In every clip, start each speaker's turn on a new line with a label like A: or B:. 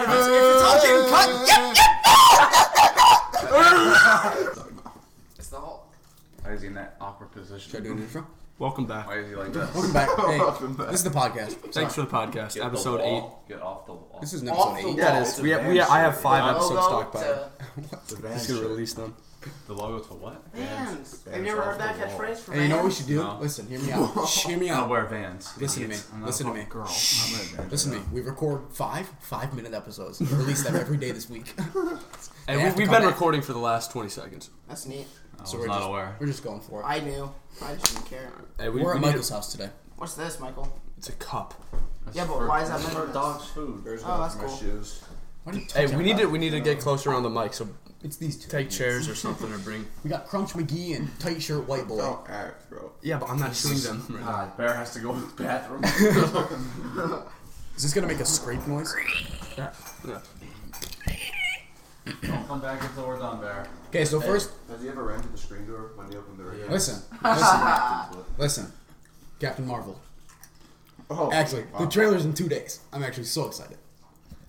A: if it's, if it's all getting cut, yep, yep.
B: It's the Hulk.
C: Why is he in that awkward position?
A: Should I do an intro?
D: Welcome back.
C: Why is he like this?
A: Welcome back. Hey,
E: Welcome back.
A: this is the podcast.
D: Thanks for
A: Sorry.
D: the podcast.
C: Get off the
D: episode eight.
C: wall. Get off the wall.
A: This is an
B: Off
A: episode
B: the
A: eight.
B: wall.
D: Yeah, it is.
E: It's a
D: We have,
E: van
D: we have, I have
E: shit.
D: five
B: Logo
D: episodes stockpiled.
B: to-
E: The van
D: Just gonna
E: shit.
D: release them.
C: the logo to what?
B: Vans. Have
E: Vans
B: you ever
E: off
B: heard that
E: the wall.
B: catchphrase from
A: Hey, you know what we
B: Vans?
A: should do?
C: No.
A: Listen, hear me out. Shh, hear me
C: I
A: out.
C: wear Vans.
A: Listen to me.
C: Idiots. I'm not
A: Listen
C: a
A: to me.
C: girl.
A: Shh.
C: I'm wearing Vans
A: Listen to
C: right
A: me. We record five five-minute episodes. and Release them every day this week.
D: And
A: They
D: we,
A: have to
D: we've
A: come
D: been
A: back.
D: recording for the last 20 seconds.
B: That's neat.
C: now. I was
A: So we're
C: not
A: just,
C: aware.
A: We're just going for it.
B: I knew. I just didn't care.
D: Hey, we,
A: we're
D: we
A: at
D: need
A: Michael's house today.
B: What's this, Michael?
D: a- it's a cup.
B: Yeah, but why is that
C: That's
B: made
C: for
B: of
C: dog's food?
E: There's
B: Oh,
E: one
B: that's
E: for my
B: cool.
E: shoes.
A: Why do you
D: Hey,
A: touch
D: we need
A: that?
D: to we need to get closer around the mic. So
A: It's these two.
D: take chairs or something or bring.
A: We got Crunch McGee and tight shirt white boy.
E: Don't act, bro.
D: Yeah, but I'm not chewing them. Right now.
C: God, Bear has to go to the bathroom.
A: Is this gonna make a scrape noise?
D: Yeah. yeah.
C: Don't come back until we're done, Bear.
A: Okay, so first,
E: Has he ever ran to the screen door when he opened the radio?
A: listen, listen,
E: Into it.
A: listen. Captain Marvel.
E: Oh,
A: Actually, the
E: wow.
A: trailer's in two days. I'm actually so excited.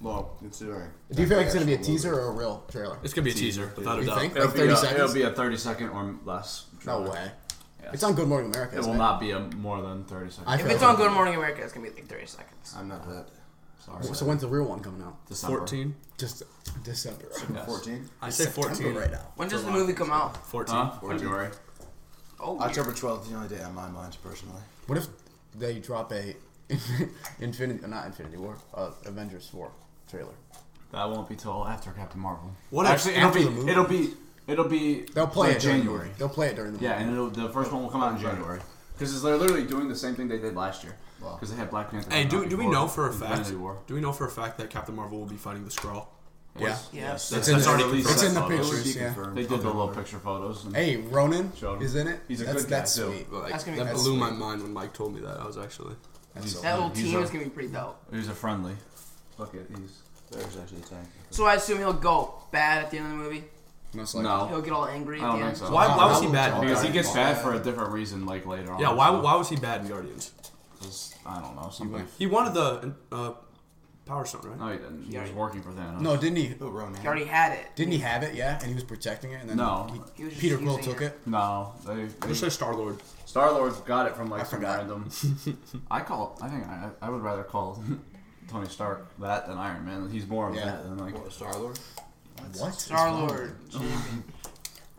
E: Well, considering.
A: Do you feel like it's gonna be a
E: Actual
A: teaser or a real trailer?
D: It's gonna be a teaser, without a
A: You
D: doubt.
A: think?
C: It'll,
A: Like
C: be
A: 30
C: a,
A: seconds?
C: it'll be a 30 second or less.
A: No
C: trailer.
A: way.
C: Yes.
A: It's on Good Morning America.
C: It will
A: isn't it?
C: not be a more than 30 seconds.
A: I
B: If
A: feel
B: it's
A: like-
B: on Good Morning America, it's gonna be like 30 seconds.
E: I'm not that.
C: Sorry.
A: So when's the real one coming out?
C: December.
D: 14.
A: Just December.
C: Yes.
E: 14?
D: I say 14
A: right now.
B: When does the movie come out?
D: 14.
C: Huh? February.
B: Oh, weird.
E: October 12th is the only day on my mind, personally.
A: What if they drop a Infinity, not Infinity War, uh, Avengers Four trailer?
C: That won't be till after Captain Marvel.
D: What if-
C: Actually, it'll
A: after
C: be,
A: the movie?
C: it'll be it'll be
A: They'll play
C: like
A: it during the
C: January.
A: movie. They'll play it during the movie.
C: Yeah, and it'll, the first one will come out in January because they're literally doing the same thing they did last year
E: Wow.
C: because they had Black Panther.
D: Hey,
C: come
D: do,
C: out
D: do we
C: before
D: know for a fact?
C: Infinity War.
D: Do we know for a fact that Captain Marvel will be fighting the Skrull?
A: Yeah.
B: Yes.
A: That's,
D: in
A: in
D: the-
A: the,
D: release
A: it's
D: that
A: in the
D: photo.
E: It would
A: pictures.
E: be
A: Yeah.
E: confirmed.
C: They did the
E: Okay.
C: little picture photos. And
A: Hey, Ronan
C: Showed him.
A: is in it.
C: He's a
A: that's
C: good guy,
A: that's
C: too.
A: sweet.
D: Like,
B: That's gonna be
D: that
A: nice.
D: blew my mind when Mike told me that. I was actually.
A: That's so
B: That little
C: He's
B: team
C: a-
B: is gonna be pretty dope.
C: It was a friendly. Look at these.
E: There's actually a tank.
B: So I assume he'll go bad at the end of the movie.
A: Most likely.
B: He'll
C: No,
B: get all angry
C: I
B: at
C: don't
B: the
C: think
B: end.
C: so.
D: Why, why was he
A: Marvel's
D: bad?
A: all
D: in
C: Because he
D: Guardians?
C: gets bad for a different reason, like later on.
D: Yeah, why, why was he bad in Guardians?
C: 'Cause, I don't know. Something.
D: He wanted the uh, Power Stone, right?
C: No, he didn't. He was working for Thanos.
A: No, didn't he?
E: Oh, Ronan.
B: He already had it.
A: Didn't he have it? Yeah, and he was protecting it, and then
C: No.
A: he-
B: He was just
A: Peter Quill
B: using
A: took
B: it.
A: it.
C: No, they,
D: Just say Star Lord.
C: Star Lord's got it from like
A: I
C: some
A: forgot.
C: random. I call. I think I, I would rather call Tony Stark that than Iron Man. He's more of
A: Yeah.
C: that than like.
E: What, Star Lord?
A: What? is
B: Star
A: wrong with
B: Lord.
A: him?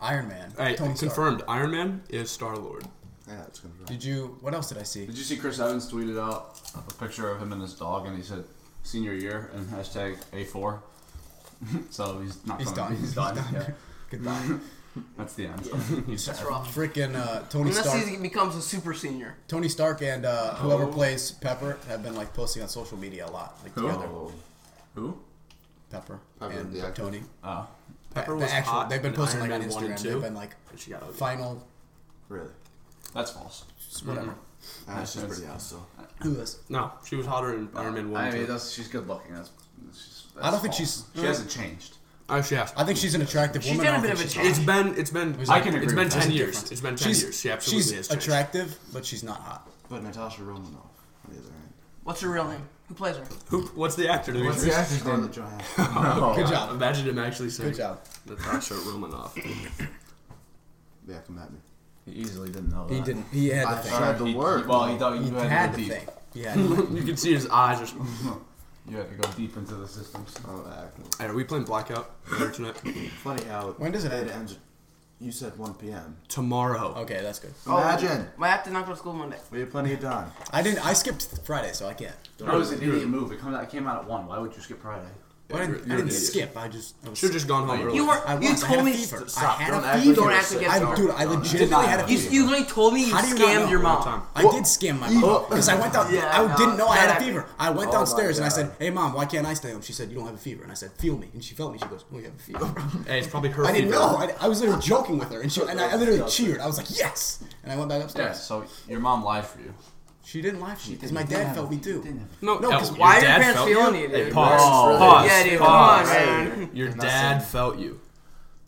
A: Iron Man.
D: Hey,
A: Tony Stark.
D: confirmed. Iron Man is Star Lord.
E: Yeah, it's gonna be.
A: Did you? What else did I see?
C: Did you see Chris Evans tweeted out a picture of him and his dog, and he said senior year and hashtag A4. so he's not.
A: He's
C: coming.
A: done.
C: He's done.
A: He's done.
C: Yeah.
A: Goodbye.
C: That's the end.
B: That's rough.
A: Freaking uh, Tony
B: Unless
A: Stark.
B: he becomes a super senior.
A: Tony Stark and uh, whoever
C: Oh.
A: plays Pepper have been like posting on social media a lot, like
C: Who?
A: together.
E: Oh,
C: Who?
A: Pepper,
E: Pepper,
A: and
E: the actor.
A: Tony.
C: Oh.
D: Pepper
A: The
D: was
A: actual-
D: hot.
A: They've been
D: in
A: posting
D: Iron
A: like on
D: Man 1 and
A: Instagram.
D: 2.
A: They've been like
D: And she got ugly.
A: final,
E: Really?
C: That's false.
A: whatever.
D: Mm-hmm.
E: Ah, she's
C: That's-
E: pretty hot still.
A: Who is?
D: No, she was hotter in Iron Man One.
C: I
D: and
C: mean,
D: two.
C: that's, she's good looking. That's. that's just-
A: I don't think
C: that's
A: she's-
C: She hasn't changed.
D: Oh, she has.
A: I think she's an attractive
B: She's
A: woman.
B: done a
A: I don't
B: bit
A: think
B: of a
A: she's-
B: change.
D: It's been. It's been.
A: was
C: I
A: like-
C: can agree.
D: It's been
C: with that.
D: ten
A: There's a
D: years.
A: difference.
D: It's been ten
A: She's,
D: years. She absolutely
A: she's
D: is changed.
A: attractive, but she's not hot.
E: But Natasha Romanoff, on the other hand.
B: What's her real name? Who plays her?
D: Who? What's the actor? What's
E: What's the actor's name? Johansson.
D: Oh,
A: Good
C: No.
A: job.
D: Imagine him actually saying
A: Good job.
D: Natasha Romanoff.
E: yeah, come at me.
C: He easily didn't know that.
A: He didn't. He had
E: I
A: to think.
E: tried the
C: he,
E: word.
C: well, he thought you
A: He
C: had,
A: had
C: to
A: to
C: go deep.
A: think. Yeah. All
D: you can see his eyes. Just.
C: You had to go deep into the systems.
E: Oh, act.
D: Hey, are we playing Blackout later tonight?
E: Funny how.
A: When does it end?
E: ends. You said 1 p.m.
D: Tomorrow.
A: Okay, that's good.
E: Imagine.
B: Oh, I have to not go to school Monday.
E: We have plenty of time.
A: I didn't. I skipped Friday, so I can't.
C: That was an idiot move. It come out- it came out at one. Why would you skip Friday?
D: Yeah,
A: I
D: you're-
A: didn't,
D: you're
A: I
D: an
A: didn't
D: idiot.
A: skip. I just. I was,
D: Should've just gone home
C: You
D: early.
B: You were.
A: I was.
B: you
A: I had
B: told
A: a
B: me.
A: fever.
E: Stop,
A: I had
E: don't
A: a
E: act like
A: fever.
E: you
B: Don't
E: were
B: act like
E: sick.
B: you
A: I,
B: Don't
A: dude, I
E: act like
A: legitimately
C: you
A: had a
B: You,
A: fever.
B: you literally told me you
A: How do you not know
B: scammed your
A: all
D: the
B: mom.
D: time?
A: I did scam my mom because I went down.
B: Yeah,
A: I
B: no,
A: didn't know I had a
B: that-
A: fever. I went
E: Oh my
A: downstairs and I said,
E: God.
A: "Hey mom, why can't I stay home?" She said, "You don't have a fever." And I said, "Feel me." And she felt me. She goes, "Oh, you have a fever."
D: Hey, it's probably her.
A: I didn't
D: fever.
A: know. I, I was literally joking with her, and she and I, I literally cheered. I was like, "Yes!" And I went back
C: Yeah,
A: upstairs.
C: so your mom lied for you.
A: She didn't laugh. She because my dad felt me too.
D: No,
A: No,
D: no.
A: 'cause
B: why are your
D: dad
B: parents
D: felt
B: feeling
D: you?
B: you,
D: Hey,
B: dude?
D: pause.
E: Really?
D: Pause.
B: Yeah, dude. Come on,
D: Pause.
B: man.
D: Your dad felt you.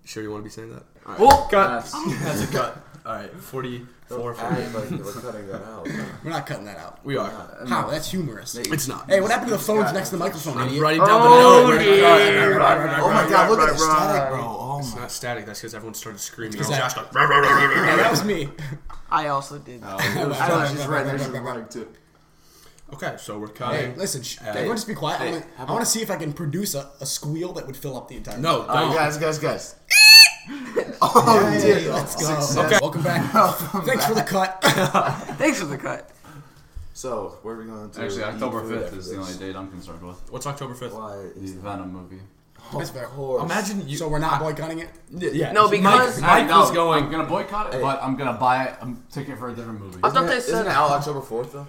D: Sure, you want to be saying that? All right.
B: Oh,
C: That's, that's a cut.
D: All right, 44,
E: act like we're cutting that out.
A: We're not cutting that out.
D: We are.
A: How? That's humorous.
D: It's not.
A: Hey, what happened to the phones next to the microphone,
D: I'm
A: idiot?
D: writing down
B: Oh,
D: the
B: dear.
D: note. Right, right, right, right,
E: Oh my
D: right,
E: god, look
D: right,
E: at the static, bro.
D: right.
E: Oh
D: It's
E: my.
D: not static. That's because everyone started screaming.
A: Is that-
D: Josh goes, "Rah, rah, rah, rah, rah,
A: Yeah,
D: rah."
A: that was me.
B: I also did.
E: It was
A: I
E: Josh,
A: like-
E: he's right next to the mic, too.
D: Okay, so we're
A: Hey,
D: cutting.
A: listen, sh-
D: Hey.
A: everyone just be quiet. I
E: Hey,
A: wanna-
E: how
A: I want
E: about-
A: to see if I can produce a, a squeal that would fill up the entire.
C: Oh.
D: No,
E: All
D: don't.
E: right, guys, guys, guys. oh,
A: Hey,
E: dude.
A: let's go.
E: Success.
A: Welcome back.
E: Welcome
A: Thanks for the
E: back.
A: cut.
B: Thanks for the cut.
E: So, where are we going to? E
C: Actually,
E: eat
C: October
E: food
C: 5th
E: after
C: is the
E: this?
C: only date I'm concerned with.
D: What's October 5th?
E: Why
C: The
E: is
C: Venom movie.
A: That's fair.
E: horse?
D: Imagine you.
A: So we're not boycotting it.
D: Yeah.
B: No, because-
D: Mike, Mike
C: I know,
D: was going.
C: I'm gonna boycott it, but I'm gonna buy a ticket for a different movie.
B: I thought
E: Isn't
B: they
E: it-
B: said
E: Isn't it out October 4th, though?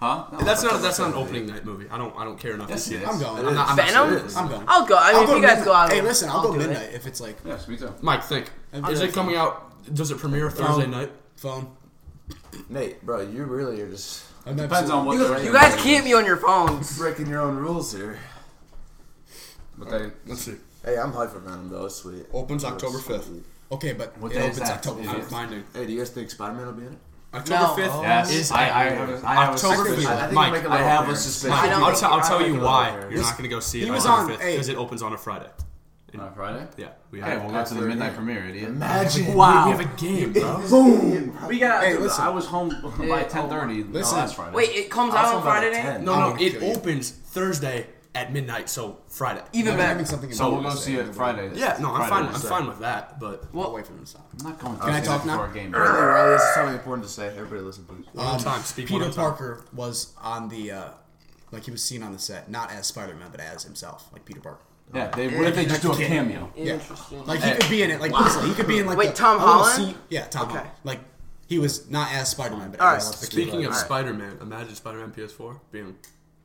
C: Huh? No,
D: That's not.
C: October
D: That's not an
C: 5th.
D: opening night movie. I don't. I don't care enough
C: Yes,
D: to see
C: it
D: it.
C: is.
A: I'm going.
E: It
D: I'm not. I'm
B: Venom?
D: not serious.
A: I'm going.
B: I'll go. I mean,
A: I'll
B: if you guys
A: midnight.
B: go out,
A: Hey, listen, I'll, go
B: do it.
A: midnight if it's like
C: Yes, me too.
D: Mike, think.
A: I'd be
D: Is
A: like-
D: it coming out? Does it premiere Thursday
A: Um,
D: night?
A: phone.
E: Nate, bro, you really are just
A: I'm
C: Depends on what they're
B: You guys can't be on your phones.
E: breaking your own rules here.
C: But they.
D: Let's see.
E: Hey, I'm hyped for Venom, though. It's sweet.
D: Opens
E: It's
D: October 5th.
E: sweet.
A: Okay, but
C: What
A: it
C: day is
A: opens
C: that?
A: October
C: Is
D: I'm
A: 5th.
D: finding
E: Hey, do you guys think Spider Man will be in it?
D: October
B: No.
D: fifth.
C: Yes.
D: Is
C: I, I, have a, I have a
D: October
C: suspicion.
D: fifth.
E: I think
D: Mike,
E: I'm making
C: I
E: little
C: have a
E: errors.
C: suspicion.
B: I don't-
D: I'll, t- I'll
E: I
D: tell
E: don't
D: you
E: think
D: why
E: about it.
D: you're not going to go see it
A: He
D: on
A: was
D: October
A: on-
D: 5th
A: hey.
D: because it opens on a Friday.
C: On Friday?
D: Yeah, we
C: Hey, we'll go to the
E: After
C: midnight
E: midnight.
C: premiere, idiot.
E: Imagine.
D: wow. We have a game, bro.
E: Boom!
B: We got.
A: Hey,
B: to
A: listen.
C: I was home by 10:30
A: Listen.
C: last Friday.
B: Wait, it comes
E: I'll
B: out
E: come
B: on
E: back
B: Friday
E: at
B: night.
E: 10.
D: No,
A: I'm
D: no,
C: Oh,
A: gonna
D: it
A: kill you.
D: opens Thursday at midnight, so Friday.
B: Even
A: I'm having
B: better.
A: something.
C: so we'll
A: important
C: go
A: to
C: see
A: say.
C: it Friday.
D: yeah, no, I'm
C: Friday
D: fine.
C: night.
D: I'm fine with that, but
A: Well, away from the stop.
C: I'm not going.
A: Can I talk now?
C: For a game.
E: Anyway, this is something important to say. Everybody listen, please.
D: one at a time. Speak one
A: Peter
D: at a time.
A: Parker was on the, uh, like he was seen on the set, not as Spider Man, but as himself, like Peter Parker.
C: Yeah. They, what if they just do a cameo?
B: Interesting.
A: Like he could be in it, like easily. He could be in like
B: Wait,
A: the,
B: Tom
A: I wanna
B: Holland?
A: see- yeah, Tom
B: Okay.
A: Holland. Like he was not as Spider Man, but
B: All
A: as
B: right.
A: the kid.
D: Speaking of
E: All right.
D: Spider-Man, imagine Spider-Man PS4 being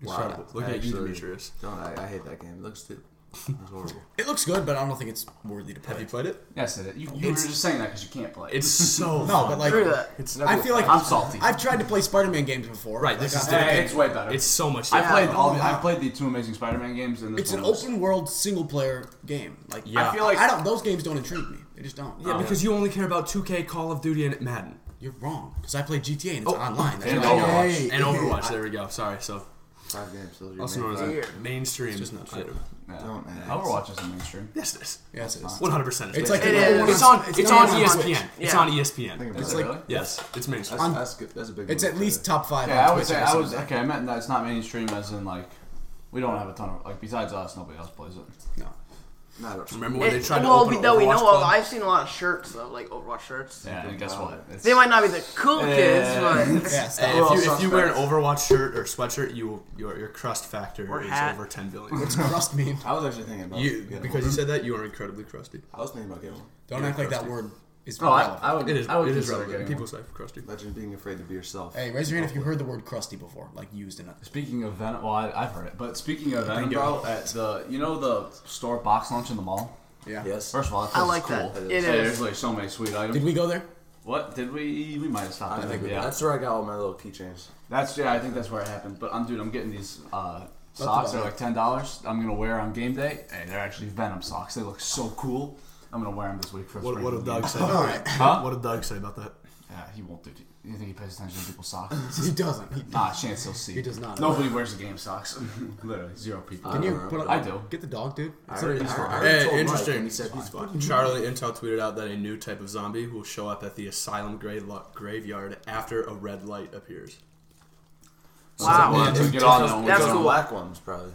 D: incredible. Look at you,
E: Actually-
D: Demetrius.
E: No, I, I hate that game. It looks stupid. It's horrible.
A: It looks good, but I don't think it's worthy to play.
D: Have you played it?
C: Yes, it. You, you were
A: It's-
C: just saying that because you can't play.
D: It's so
A: No, but like
B: True that.
E: It's never.
A: I feel like
C: I'm salty.
A: I've tried to play Spider Man games before.
D: Right,
A: Like,
D: this
A: on
D: is
A: the-
C: Hey, it's way better.
D: it's so much.
C: I
D: different.
C: played all. The, I played the two Amazing Spider-Man games. And this
A: it's an
C: one was-
A: open world single player game. Like
D: Yeah.
A: I feel like I don't. Those games don't intrigue me. They just don't. Um,
D: Oh, Yeah, because you only care about 2K, Call of Duty, and Madden
A: You're wrong. Because I play GTA and it's online. That's
C: And
A: what I know.
C: Overwatch.
D: and Overwatch. there we go. Sorry, so
E: Five games. Those are your
D: also known
E: main
D: as
E: five.
D: a mainstream. item.
C: Yeah.
E: Don't ask.
C: Overwatch isn't mainstream.
D: Yes, it is.
A: Yes, it is.
D: 100. percent
A: It's like the
B: It
A: number
B: is.
A: one
D: It's on. It's,
A: the
D: on E
A: number one
D: ESPN.
A: Switch.
D: It's
B: Yeah.
D: on
E: Think
D: ESPN.
E: about
C: Is
E: it.
C: it
A: like-
C: really?
D: Yes, it's mainstream.
E: That's,
A: I'm-
E: that's good. That's a big.
A: It's
E: move
A: at
E: for
A: least
E: it.
A: top five.
C: Yeah,
A: on
C: I would
A: Switch
C: say
A: every
C: I
A: single
C: was
A: day.
C: okay. I meant that it's not mainstream as in like we don't have a ton of like besides us, nobody else plays it.
A: No.
E: Nah, that's-
D: Remember when they
B: It,
D: tried to
B: well,
D: open
B: we, though we know
D: Overwatch
B: of,
D: Club?
B: I've seen a lot of shirts though, like Overwatch shirts.
C: Yeah, and guess what? It's,
B: They might not be the cool kids,
C: Yeah.
B: but
A: Yeah,
D: Hey,
A: stop.
E: Well,
D: if you, if you wear an
E: suspects.
D: Overwatch shirt or sweatshirt, you your your crust factor
B: Or
D: is
B: hat.
D: over 10 billion.
A: Trust me.
E: I was actually thinking about
D: You
E: getting
D: because
E: one.
D: you said that you are incredibly crusty.
E: I was thinking about getting one.
A: Don't act like that word is
C: No, I,
A: relevant.
C: Oh, I would.
D: It is.
C: I would
D: it is
C: consider
D: relevant.
C: getting
D: People
C: one.
D: say crusty.
E: Imagine being afraid to be yourself.
A: Hey, raise your hand if you heard the word crusty before, like used in a.
C: Speaking of Venom, well, I, I've heard it, but speaking of Venom, bro, at the you know the store box lunch in the mall.
A: Yeah.
E: Yes.
C: First of all, that
B: I
C: place
B: like
C: is cool.
B: that. It
C: Yeah,
B: is.
C: There's like so many sweet items.
A: Did we go there?
C: what did we? We might have
E: I
C: stopped.
E: think
C: there.
E: we-
C: yeah,
E: that's where I got all my little keychains.
C: That's yeah, I think that's where it happened. But I'm dude, I'm getting these uh, socks. They're like ten dollars. I'm gonna wear on game day. Hey, they're actually Venom socks. They look so cool. I'm gonna wear them this week for. the
D: What, what
C: regular
D: did Doug
C: game.
D: say?
A: All right.
C: Huh?
D: What did Doug say about that?
C: Yeah, he won't do. You think he pays attention to people's socks?
A: He doesn't. He-
C: nah, chance he'll see.
A: He does not.
C: Nobody wears the game socks. Literally zero people.
A: Can you
E: Uh,
A: put up?
C: I do.
A: Get the dog, dude.
E: I
A: It's
E: already,
A: literally-
E: I already
D: Hey,
E: told Mike,
D: interesting.
E: and he said he's fine.
D: Charlie Intel tweeted out that a new type of zombie will show up at the asylum gra- lo- graveyard after a red light appears.
B: wow.
C: Well,
E: It's-
C: dude, get
E: it's
C: on
E: those-
C: that one.
E: That's
B: That's
E: the
B: cool.
E: black ones, probably.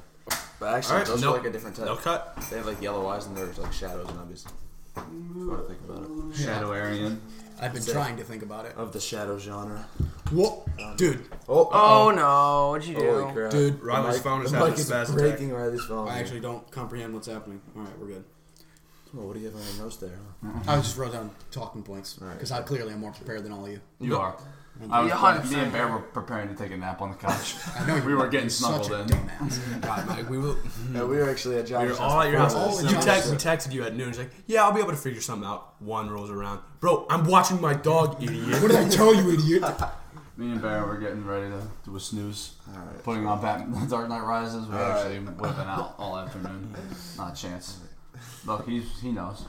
E: But actually,
D: Alright,
E: those
D: no-
E: are like a different type.
D: No cut.
E: They have like yellow eyes and there's like shadows and obviously. What I think about it.
C: Shadow Arian.
A: I've been trying to think about it.
E: Of the shadow genre.
A: Whoa, dude.
E: Oh,
B: Oh no, what'd you do?
E: holy crap.
A: Dude,
E: The
D: Riley's
E: mic-
D: phone is
E: the
D: having
E: mic
D: a spasm attack.
E: breaking Riley's phone.
A: I actually don't comprehend what's happening. All right, we're good.
E: Well, what do you have on your notes there? Huh?
A: I just wrote down talking points
E: All right.
A: because I clearly am more prepared than all of you.
C: You are. I was,
B: Yeah, 100%.
C: me and Bear were preparing to take a nap on the couch.
A: I know you.
C: we were getting
A: such
C: snuggled
A: a
C: in.
A: dumbass.
D: God, Mike, we will.
E: Yeah, we were actually at Josh's
D: We were all at your house.
A: All
D: You
A: at Josh's.
D: text, we texted you at noon. He's like, "Yeah, I'll be able to figure something out." One rolls around, bro. I'm watching my dog, idiot. Uh,
A: What did I tell you, idiot?
C: Me and Bear were getting ready to do a snooze.
E: Alright.
C: Putting on Batman Dark Knight Rises. We
E: Alright.
C: actually would have been out all afternoon. Not a chance. Look, he's, he knows.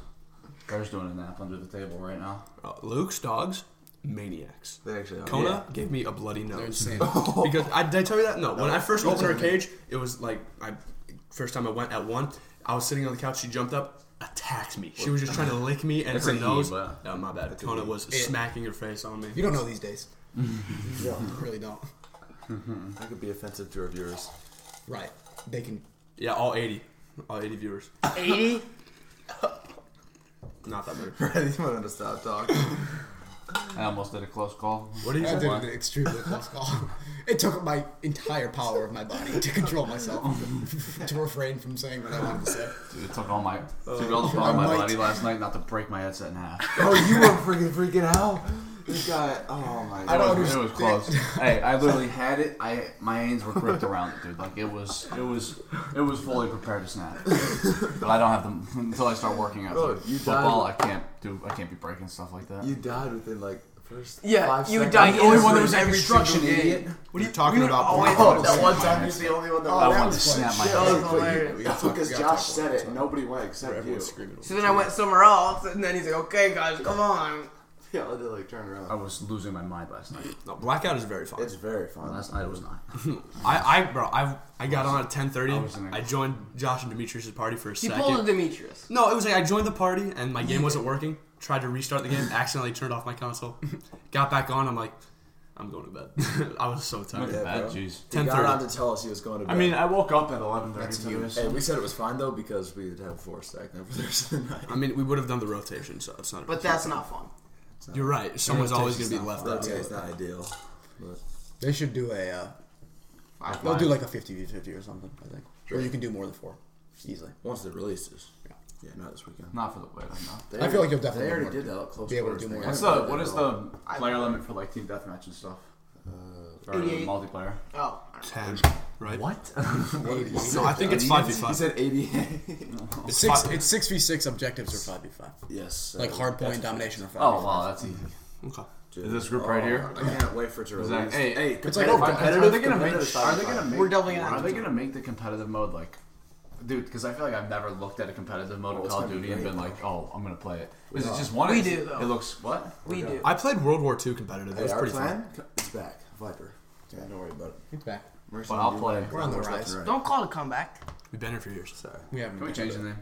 C: Bear's doing a nap under the table right now.
D: Uh, Luke's dogs, maniacs.
E: They actually are.
D: Kona gave me a bloody
F: They're
D: nose
F: insane.
D: because I did I tell you that no. When I first
F: you
D: opened her
F: told me.
D: cage, it was like I first time I went at one. I was sitting on the couch. She jumped up, attacked me. She was just trying to lick me and
C: That's
D: her
C: a he,
D: nose.
C: but-
D: No, my bad. Kona was smacking her face on me.
A: You don't know these days. you don't, really don't.
E: That could be offensive to our viewers.
A: Right. They can.
D: Yeah, all eighty, all eighty viewers.
B: 80?
D: Not that many.
E: Brad, you might want to stop talking.
C: I almost did a close call.
D: What did you
A: I
D: say?
A: did an extremely close call. It took my entire power of my body to control myself, to refrain from saying what I wanted to say.
C: Dude, it took all my took all the power of my
A: might.
C: body last night not to break my headset in half.
E: oh, you were freaking freaking out. This guy. Oh my
A: I
E: god.
A: don't
C: It was, it was
A: understand.
C: close. hey, I literally had it. I my hands were gripped around it, dude. Like it was it was it was fully prepared to snap. But I don't have them until I start working out.
E: Bro,
C: Like,
E: you
C: football,
E: died.
C: I can't do. I can't be breaking stuff like that.
E: You died within like the first.
B: Yeah,
E: five
B: you
E: seconds.
B: died
E: I'm
B: the only one that
E: in
B: was at
E: every
B: construction,
E: single game.
B: idiot.
A: What are you talking about?
B: always-
A: Borderlands?
E: that one time you're the only one that.
A: Oh,
C: I
A: that
C: wanted
A: was
C: to snap my
E: Yeah,
C: head.
E: but
B: hilarious.
E: you-
F: We gotta talk-
E: Because
F: we gotta
E: Josh
F: talk
E: said
F: about
E: it, nobody went except you.
D: Everyone's screaming.
B: So then I went somewhere else, and then he's like, okay, guys, come on.
E: Yeah, I did like turn around.
C: I was losing my mind last night.
D: No, blackout is very fun.
E: It's very fun.
C: Last night it was not.
D: I, I, bro, I, I got on at ten thirty.
C: I was in a-
D: I joined Josh and Demetrius' party for a
B: He
D: second.
B: pulled a Demetrius.
D: No, it was like I joined the party and my game wasn't working. Tried to restart the game, accidentally turned off my console. Got back on. I'm like, I'm going to bed. I was so tired.
E: Yeah,
C: Bad,
E: bro.
C: jeez.
E: He
D: 10:30.
E: got on to tell us he was going to bed.
C: I mean, I woke up at eleven thirty.
E: hey, we said it was fine though because we'd have four stack them for the rest of the night.
D: I mean, we would have done the rotation, so it's not.
B: But that's not fun.
D: you're right. Someone's always going to be left
E: That
D: out.
E: guy's not ideal. But
F: They should do a. Uh,
B: Five
F: they'll do like a 50 v 50 or something. I think. Or you can do more than four, easily.
E: once it releases, yeah, not this weekend.
C: Not for the wait. I know.
E: They
A: I feel like you'll definitely
E: They already
A: be
E: did that. Close
F: be able to
E: quarters
F: do
E: thing.
F: more.
E: I
C: What's
E: haven't
C: the
E: played
C: what
E: that
C: is
E: at all.
C: the player limit for like team deathmatch and stuff? Uh, or
B: 88.
C: multiplayer.
B: Oh,
D: Ten, right?
C: What?
D: No, I think it's
E: He
D: five v
E: said- He
D: five.
E: said eighty.
D: It's
F: Six,
D: five.
F: it's 6v6 objectives or 5v5.
E: yes.
F: Like
E: uh,
F: hard point domination or 5v5.
C: oh wow, that's easy.
D: Okay.
E: dude.
C: Is this group right here?
E: I can't wait for it to
C: Is
E: release.
C: that, hey, hey,
F: It's like oh,
C: competitive-
F: over-
C: are they gonna
E: competitive
C: make?
E: side
C: Are
E: by
C: they gonna
E: side.
C: make?
B: We're doubling it
C: Are
B: up.
C: they gonna make the competitive mode like? Dude, because I feel like I've never looked at a competitive mode of
E: Oh, it's
C: Call of
E: gonna be
C: Duty and
E: great,
C: been like, oh, I'm gonna play it. Is it just one?
B: We
C: Is
B: do,
C: it-
B: though.
C: It looks what?
B: we do.
D: I played World War II competitive. It
E: Hey,
D: was
E: our
D: pretty fun.
E: plan? It's back. Viper. Yeah, don't worry about it.
F: It's back.
E: We're just
C: Well,
E: gonna
C: I'll
E: do
C: play.
E: Viper.
F: We're on the
E: Left
F: rise.
E: and right.
B: Don't call it a comeback.
D: We've been here for years.
E: Sorry.
F: We haven't.
C: Can we change the name?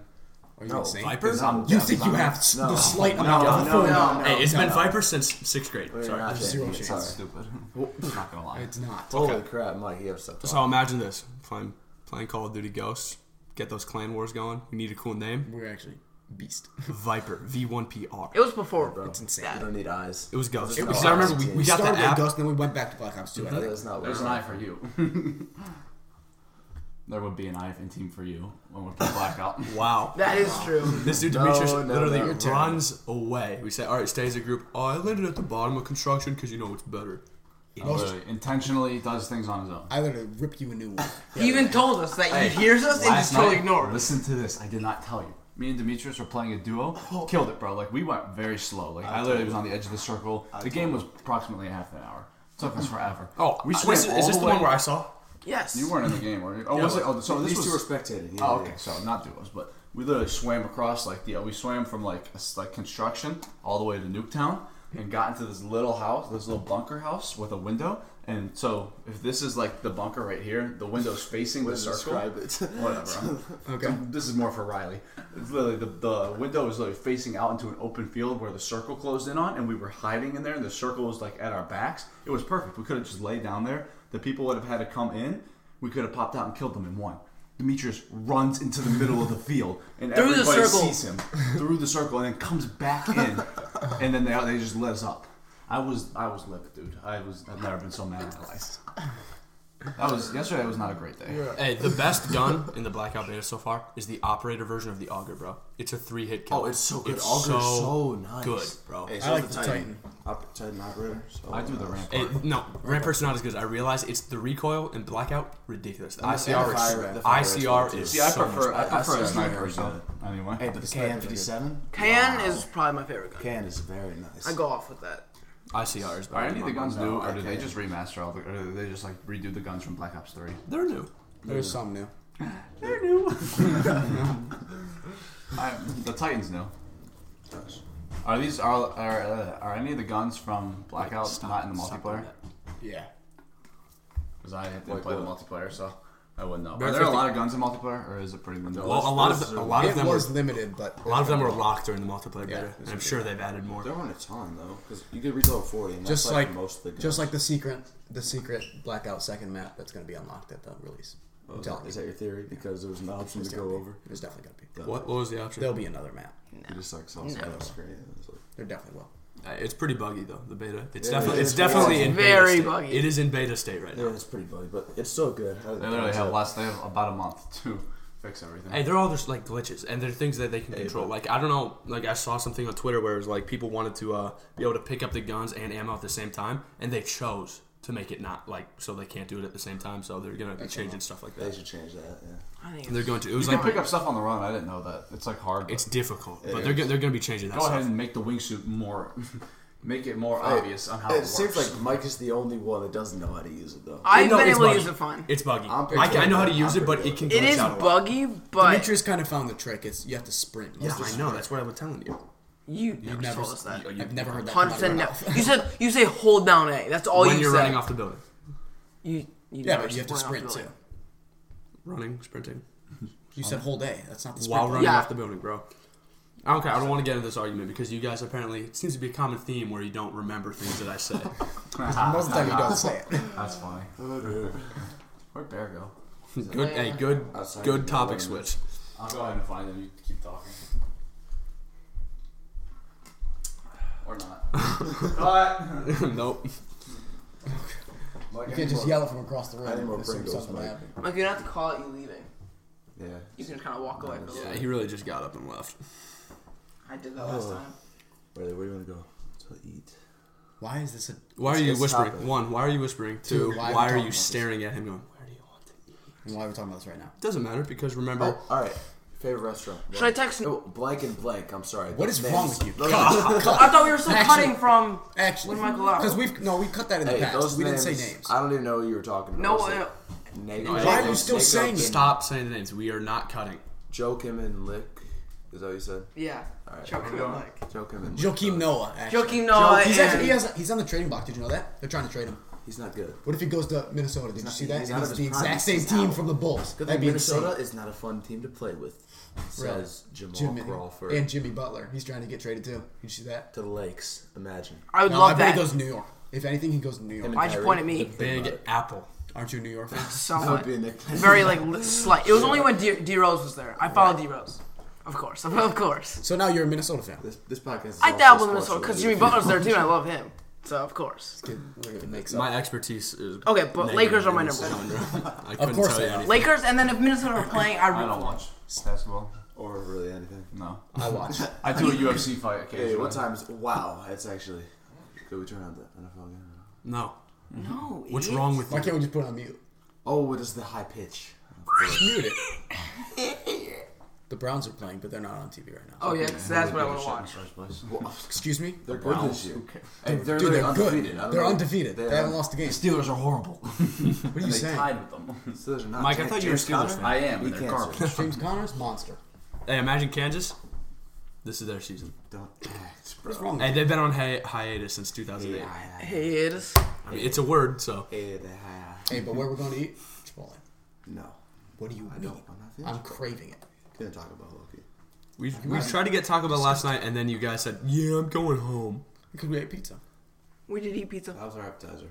F: Are you
E: No.
F: insane?
D: Viper.
C: I'm-
F: You
C: yeah,
F: think
C: I'm-
F: you have s-
E: No.
F: the slight
E: No,
F: amount of
E: no,
F: authority?
E: no, no.
D: Hey, it's been
F: no.
D: Viper since sixth grade.
E: We're
D: Sorry.
E: not
F: zero
E: changing it.
F: chance.
E: Sorry.
C: Stupid. not gonna lie.
F: It's not.
E: Holy crap, Mike, you have stuff. to
D: So imagine this: playing playing Call of Duty Ghosts. Get those clan wars going. We need a cool name.
F: We're actually beast.
D: Viper V1PR.
B: It was before.
E: Bro,
F: It's insane.
E: You don't need eyes.
D: It was Ghost.
E: It was
D: Because I remember we,
E: Ghost.
D: we got
F: started
D: that
F: with
D: app.
F: Ghost, and then we went back to Black Ops 2. I think.
E: That's not
C: There's an
E: weird.
C: eye for you. there would be an eye in team for you when we're blackout.
D: Wow.
B: That is true.
D: This dude
E: No,
D: Demetrius
E: no,
D: literally
E: no. You're terrible.
D: runs away. We say, all right, stay as a group. Oh, I landed at the bottom of construction because you know it's better.
C: He literally intentionally does things on his own.
F: I literally ripped you a new one.
B: He even told us that he hears us and
C: Last
B: just totally
C: night-
B: ignores us.
C: Listen to this. I did not tell you. Me and Demetrius were playing a duo.
D: Oh.
C: Killed it, bro. Like we went very slow. Like I, literally was on the edge of the circle. the game was approximately half an hour. Took us forever.
D: Oh,
C: we
D: uh,
C: swam
D: this,
C: all
D: is this the,
C: way-
D: one where I saw?
B: Yes.
C: You weren't in the game, were you? Oh, was it? Oh, so this
E: These
C: was
E: two were spectating. Yeah,
C: Oh,
E: yeah.
C: okay. So not duos, but we literally swam across like yeah, we swam from like a s like construction all the way to Nuketown and got into this little house, this little bunker house with a window. And so if this is like the bunker right here, the window's facing the
E: Let's
C: circle.
E: describe it.
C: Whatever. I'm-
F: Okay.
C: This is more for Riley. It's literally the, the window is literally facing out into an open field where the circle closed in on, and we were hiding in there, and the circle was like at our backs. It was perfect. We could have just laid down there. The people would have had to come in. We could have popped out and killed them in one. Demetrius runs into the middle of the field, and
B: Through the
C: everybody
B: circle.
C: sees him through the circle, and then comes back in, and then they, they just let us up. I was I was livid, dude. I was I've never been so mad in my life. That was yesterday. Was not a great day.
D: Hey, the best gun in the Blackout beta so far is the operator version of the Auger, bro. It's a three hit kill.
E: Oh, it's so good.
D: It's
E: Auger's
D: so,
E: so nice.
D: good, bro.
E: Hey,
D: Hey,
E: so
F: like
E: the
F: the
E: Titan. Op- Titan operator. So uh,
C: I do the ramp.
D: no, Rampart's not as good. as I realize it's the recoil and Blackout. Ridiculous. The
E: And the- and
D: ICR
E: the
D: is
E: fire- the fire is
D: ICR
E: good,
D: is
E: too.
C: See, I
D: so much
C: prefer I
D: better.
C: prefer a
E: That's
C: sniper.
E: very
C: So
E: good.
C: anyway,
E: Hey, but the KN fifty seven.
B: Can is probably my favorite gun.
E: Can is very nice.
B: I go off with that.
D: ICR is better.
C: are any
D: than
C: of the
D: mine.
C: guns
E: No,
C: new,
E: I
C: or do they
E: can't.
C: just remaster all the? Or do they just like redo the guns from Black Ops Three?
D: They're new.
F: There's some new.
C: I, the Titan's new.
E: Uh,
C: Are these are are, uh, are any of the guns from Blackout not in the
D: Stop doing
C: multiplayer?
D: that.
A: Yeah.
C: Because I didn't
E: Like
C: play the
E: what?
C: multiplayer, so I wouldn't know.
D: They're
C: Are there a
D: 50
C: lot of guns in multiplayer, or is it pretty
E: Oh,
C: limited?
D: Well, a lot of a lot of
A: It
D: them were
A: was limited, but
D: a lot of them were locked during the multiplayer
A: Yeah,
D: beta,
A: it's
D: and I'm sure they've added more.
E: There weren't a ton though, because you could reload forty. And
A: just
E: that's
A: like,
E: most of the guns.
A: just like the secret the secret blackout second map that's going to be unlocked at the release. I'm telling you,
E: Oh, is that your theory? Because there was an option
A: It's
E: to
A: gonna
E: go
A: be.
E: over.
A: There's definitely going to be.
D: What, what was the option?
A: There'll be another map.
C: You just like saw
E: Yeah,
C: some-
E: that was great. It was like-
A: There definitely will.
D: Uh, It's pretty buggy though. The beta. It's
E: Yeah,
D: definitely.
E: it's
D: It's, definitely
E: buggy.
D: in
B: Very
D: beta state.
B: buggy.
D: It is in beta state right now.
E: Yeah, it's pretty funny, but it's so good. How did
C: They
E: the
C: literally have
E: concept-
C: less. They have about a month to fix everything.
D: Hey, they're all just like glitches, and they're things that they can control. Like I don't know, like I saw something on Twitter where it was like people wanted to uh, be able to pick up the guns and ammo at the same time, and they chose to make it not like so they can't do it at the same time. So they're gonna be changing stuff like
E: They
D: that.
E: should change that. Yeah.
B: I think
D: And they're going to. It was
C: You can
D: like
C: pick up stuff on the run. I didn't know that. It's like hard.
D: it's
C: It's
D: difficult, but they're go- they're gonna be changing that.
C: go ahead
D: stuff.
C: and make the wingsuit more, make it more obvious on how
E: it,
C: it, works.
E: seems like Mike is the only one that doesn't know how to use it though.
B: I've
D: No,
B: been
D: it's
B: able to
D: buggy.
B: use it fine.
D: It's buggy.
E: I'm
D: I, I know how to
E: pretty
D: use
E: good.
D: it,
E: I'm
D: but
E: pretty
D: it can
B: It
D: glitch
B: is
D: out a lot.
B: buggy, but
A: Demetrius kind of found the trick. It's you have to sprint.
D: Yeah, I know. That's what I was telling you.
B: you never
A: Never,
B: told us that.
A: I've never heard that. come out
B: Hundred
A: of your
B: percent no.
A: mouth.
B: You said you say hold down A. That's all
D: When
B: you
D: you're
B: say.
D: running off the building,
B: You, you
A: Yeah,
B: never
A: but you have to
B: run off the
A: sprint too.
B: building.
D: running, sprinting.
A: You said whole day. That's not the sprint.
D: while running
B: Yeah.
D: off the building, bro. I don't care. I don't want to get into this argument because you guys apparently it seems to be a common theme where you don't remember things that I say.
A: Most of the time you don't say it.
C: That's funny. Where'd Bear go?
D: good, hey, good,
E: Outside
D: good
E: of
D: topic
E: the
D: switch.
C: I'll go ahead and find him. You keep talking. Or not. Cut.
D: nope.
C: Like
A: You can't just yell it from across the room.
E: I need more
A: and assume
E: Pringles,
A: something will
E: Mike.
A: happen.
B: Like you don't have to call it you leaving.
E: Yeah.
B: You can kind of walk away. For a little
D: Yeah,
B: bit.
D: he really just got up and left.
B: I did that last
E: Oh.
B: time.
E: Where, where do you want to go? To eat.
A: Why is this a?
D: Why are you
E: Let's
D: whispering?
E: stop it.
D: One, why are you whispering? Two,
A: Two, why are we
D: why, are
A: talking
D: you
A: about
D: staring at him going? Where do you want to eat?
A: Why are we talking about this right now?
D: Doesn't matter because remember,
E: Oh, all right. Favorite restaurant.
B: Should I text?
E: Oh, blank and blank. I'm sorry.
A: What is
E: Man,
A: wrong
E: this-
A: with you?
E: those-
B: I thought we were still
A: Actually-
B: cutting from.
A: Actually,
B: When Michael Lowry-
A: because we've no, we cut that in the
E: Hey,
A: past.
E: those
A: We didn't
E: names,
A: say names.
E: I don't even know what you were talking about.
B: No,
E: It's
B: uh,
E: Nate-
D: Why
E: Nate-
D: are
A: you still
E: Nate
A: saying
E: Joakim-
A: it?
D: stop saying the names. We are not cutting.
E: Joakim and Lick. Is that what you said?
B: Yeah.
E: right.
B: Joakim
C: Go on.
B: Noah.
E: Joakim and Lick.
A: Joakim Noah. Actually.
B: Joakim Noah.
A: He's
B: and-
A: actually he has, he's on the trading block. Did you know that? They're trying to trade him.
E: He's not good.
A: What if he goes to Minnesota? Did you see that?
E: he's
A: He's,
E: out of his
A: the
E: prime.
A: exact
E: He's
A: same team
E: out.
A: from the Bulls.
E: Good
A: That'd be
E: thing Minnesota
A: insane.
E: is not a fun team to play with.
A: Really.
E: Says Jamal
A: Jimmy
E: Crawford
A: and Jimmy Butler. He's trying to get traded too. You see that?
E: to the Lakes. Imagine.
B: I would
A: No, I
B: love
A: bet
B: that.
A: he goes to New York. If anything, he goes to New York.
E: Him and
B: Why'd you
E: Kyrie.
B: point at me?
E: Think
D: Big
E: about it.
D: Apple.
A: Aren't you a New York fan?
E: That would
B: Somewhat.
E: be a nickname.
B: Very like li- slight. It was only when D, D Rose was there. I followed D Rose, of course, of course.
A: So now you're a Minnesota fan. This
E: This, this podcast. Is
B: I
E: also
B: dabbled in Minnesota
E: sports
B: because Jimmy
E: related.
B: Butler's there too, and I love him. So of course.
A: kid really makes up.
D: My expertise is
B: Okay, but
D: negative
B: Lakers are my
D: in
B: number
D: this
B: one.
D: genre. I couldn't
A: course
D: tell
A: they
D: you
A: are.
D: anything.
B: Lakers, and then if Minnesota are playing, I
C: I
B: root
C: don't
B: for. them.
C: watch basketball.
E: Or really anything.
C: No.
A: I watch.
C: I do a UFC fight occasionally.
E: Hey, what time is? Wow, it's actually. Could we turn on the NFL game?
D: No.
B: No.
D: What's
B: idiot.
D: wrong with
A: Why
D: you?
A: can't we just put it on mute?
E: Oh, it is the high pitch.
A: Mute it. The Browns are playing, but they're not on TV right now.
B: Oh yeah, 'cause that's what I want to watch.
A: Excuse me?
E: They're good this year. Hey, they're
A: Oh, Dude,
E: literally
A: they're
E: undefeated. I
A: good.
E: don't
A: They're
E: know.
A: undefeated. They,
E: They
A: haven't
E: are-
A: lost a game.
C: Steelers are horrible.
A: What are you
C: they
A: saying?
C: tied with them.
E: So they're not
D: Mike, I thought you were a
E: James
D: Steelers
E: Conner?
D: fan.
C: I am.
E: He
C: and They're
E: canceled.
C: garbage.
A: James Connor's monster.
D: Hey, imagine Kansas. This is their season.
E: Don't act, bro.
A: What's wrong?
D: Hey,
A: With
D: they've been on hi- hiatus since 2008.
E: Yeah.
B: Hey, it is.
D: I mean, it's a word, so
E: Hey, yeah.
A: you? Hey, but where we're going to eat? Chipotle.
E: No.
A: What do you
E: I
A: mean?
E: don't. I'm not finished.
A: I'm craving it.
E: Gonna talk about Loki.
D: we we tried to get Taco Bell last night, and then you guys said, "Yeah, I'm going home."
A: Because we ate pizza.
B: We did eat pizza.
E: That was our appetizer.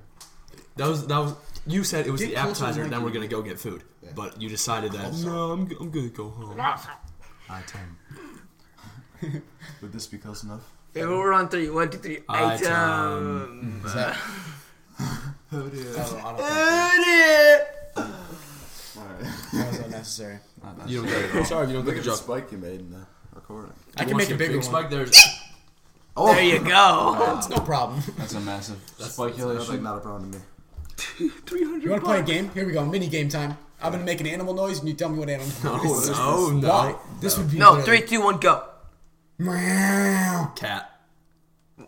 D: That was that was. You said it was
A: Get
D: the
A: closer to
D: appetizer,
A: my
D: then we're gonna go get food. But you decided that no, I'm, g- I'm gonna go home.
C: I ten. Would this be close enough?
B: Yeah, we're on three. One, two, three.
D: Item.
B: Item.
A: Is that?
E: Oh
A: I
E: dear.
A: don't know, I don't
B: Mm-hmm.
A: think that was unnecessary.
D: You don't get it. Sorry, if you don't
E: Look
D: get
E: at
D: the joke.
E: the spike you made in the recording.
A: I can
D: Once
A: make
D: you
A: a bigger
D: big
A: one.
D: spike. There's
E: Oh,
B: There you go.
A: It's no problem.
C: That's a massive
E: that's like
C: speculation.
E: not a problem to me.
B: Three hundred.
A: You want to play a game? Here we go. Mini game time. I'm gonna make an animal noise, and you tell me what animal.
D: no,
A: noise
D: no,
A: this is.
D: Oh, no.
A: Why? This would be
B: No,
A: literally-
B: three, two, one, go.
A: Meow,
D: cat,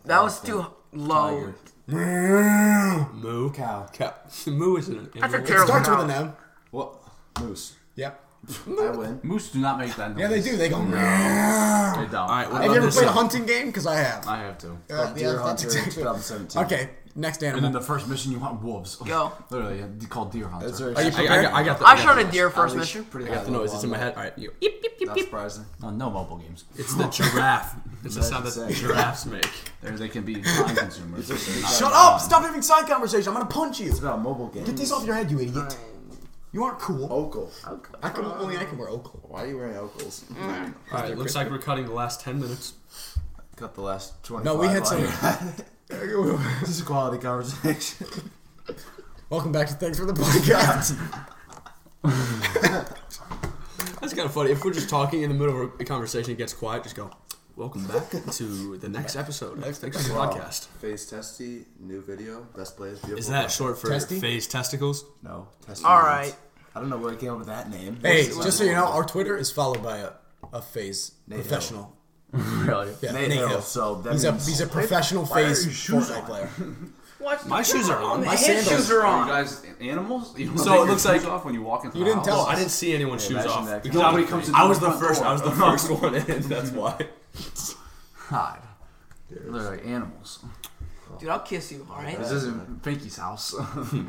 B: That was too low.
E: Tiger.
A: meow.
D: moo,
E: Cow.
D: cat, moo is an
B: That's a
D: animal.
B: terrible
A: Starts with
B: sound.
A: an M.
E: What? Moose.
A: Yep.
F: I win.
C: Moose do not make that noise.
A: Yeah, they do. They go.
C: They don't.
D: All right, what
A: Have you
D: about
A: ever
D: this
A: played a
D: one?
A: hunting game? Because I have.
C: I have
A: Uh,
C: to.
A: yeah,
F: Deer
A: that's
F: Hunter
A: exactly-
F: 2017.
A: Okay, next
C: And
A: animal.
C: then the first mission you hunt wolves.
B: Go.
C: Literally, yeah, called deer hunter.
F: That's very
A: Are you
D: I, I,
A: prepared?
D: got- I got the.
B: I
D: got
B: shot
D: the-
B: a deer first
F: At least
B: mission.
F: Pretty
D: I got the
F: high
D: noise. It's
F: level
D: in my
F: on
D: head. All right, you. Eep, eep,
F: that.
D: eep,
F: Not
D: eep.
F: surprising.
C: Oh, no mobile games.
D: It's the giraffe. It's the sound that
F: Imagine
D: giraffes make.
C: They're- They can be time consumers.
A: Shut up! Stop having side conversation. I'm gonna punch you.
F: It's about mobile games.
A: Get this off your head, you idiot. You aren't cool.
F: Ogle.
E: Oh.
A: I can only I can wear Oakland.
F: Why are you wearing Ogles?
D: All right, looks like we're cutting the last ten minutes.
E: Cut the last twenty.
A: No, we had some.
E: This is a quality conversation.
A: Welcome back to Thanks for the podcast.
D: That's kind of funny. If we're just talking in the middle of a conversation, it gets quiet. Just go. Welcome back to the next episode. Next Thanks for the podcast.
E: Face testy, new video, best plays. Beautiful
D: Is that short for
A: Testy?
D: phase testicles?
E: No. Testy
B: All
E: means-
B: right.
E: I don't know where I came up with that name.
A: hey, just so you know, our Twitter is followed by a, a phase
E: Nate
A: professional.
E: really.
A: Yeah,
E: Nate
A: Nate
E: Hill.
A: Hill.
E: So that
A: He's a
E: means
A: he's a professional phase
C: your shoes
A: Fortnite
C: on?
A: player.
B: What?
D: My shoes are on.
B: My
A: sandals.
B: shoes are
C: Are you
B: on.
C: guys animals? You don't
D: So
C: take
D: it
C: your
D: looks
C: shoes
D: like-
C: off when you walk into
A: You
C: the
A: didn't
C: house?
A: tell
D: Oh,
A: us.
D: I didn't see anyone's shoes
E: imagine
D: off.
E: that.
D: Because
C: Nobody comes in.
D: I was the
C: front
D: first.
C: door.
D: I was the first one in. That's why.
C: God. Literally animals.
B: Dude, I'll kiss you, alright?
C: This isn't Pinky's house. Literally,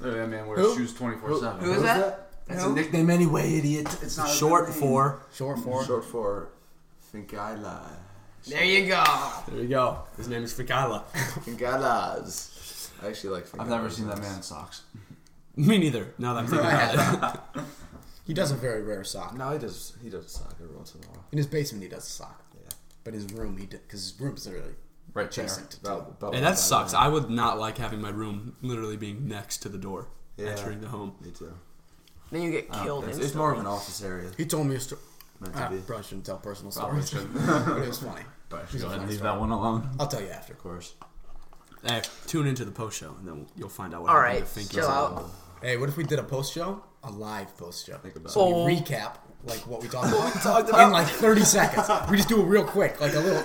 C: that man wears
A: Who?
C: shoes 24 7.
B: Who is that?
E: That's
B: Who?
E: a nickname anyway, idiot. It's not a
D: Short
E: good name.
D: for.
A: Short for
E: Short for think I lie.
B: There you go.
D: There you go. His name is Fikala.
E: Think I lies. I actually like. Think
C: I've
E: I
C: never
E: lies.
C: seen that man in socks.
D: Me neither. Now that I'm thinking about it.
A: he does a very rare sock.
E: No, he does. He does sock every once in a while.
A: In his basement, he does a sock.
E: Yeah.
A: But his room, he because his room is literally
C: Right
A: adjacent. to-
E: About, about
D: And
E: one
D: that
E: time,
D: sucks.
E: yeah.
D: I would not like having my room literally being next to the door,
E: Yeah.
D: entering the home.
E: Me too.
B: Then you get killed.
E: Oh, It's,
B: It's,
E: it's more of an office area.
A: He told me a story.
E: Meant to
A: I
E: be. Of
A: probably shouldn't tell personal stories, but it was funny.
C: But
A: He's
C: go
A: a
C: ahead and
A: funny
C: leave
A: story.
C: that one alone.
A: I'll tell you after.
E: course.
D: Hey, Eh, tune into the post show, and then we'll, you'll find out what happened
B: Alright,
D: to Finky's
B: chill
D: house.
B: out.
A: Hey, what if we did a post show, a live post show?
E: Think about
A: So
B: Oh.
A: we recap like what we talked about, in like 30 seconds. We just do it real quick, like a little,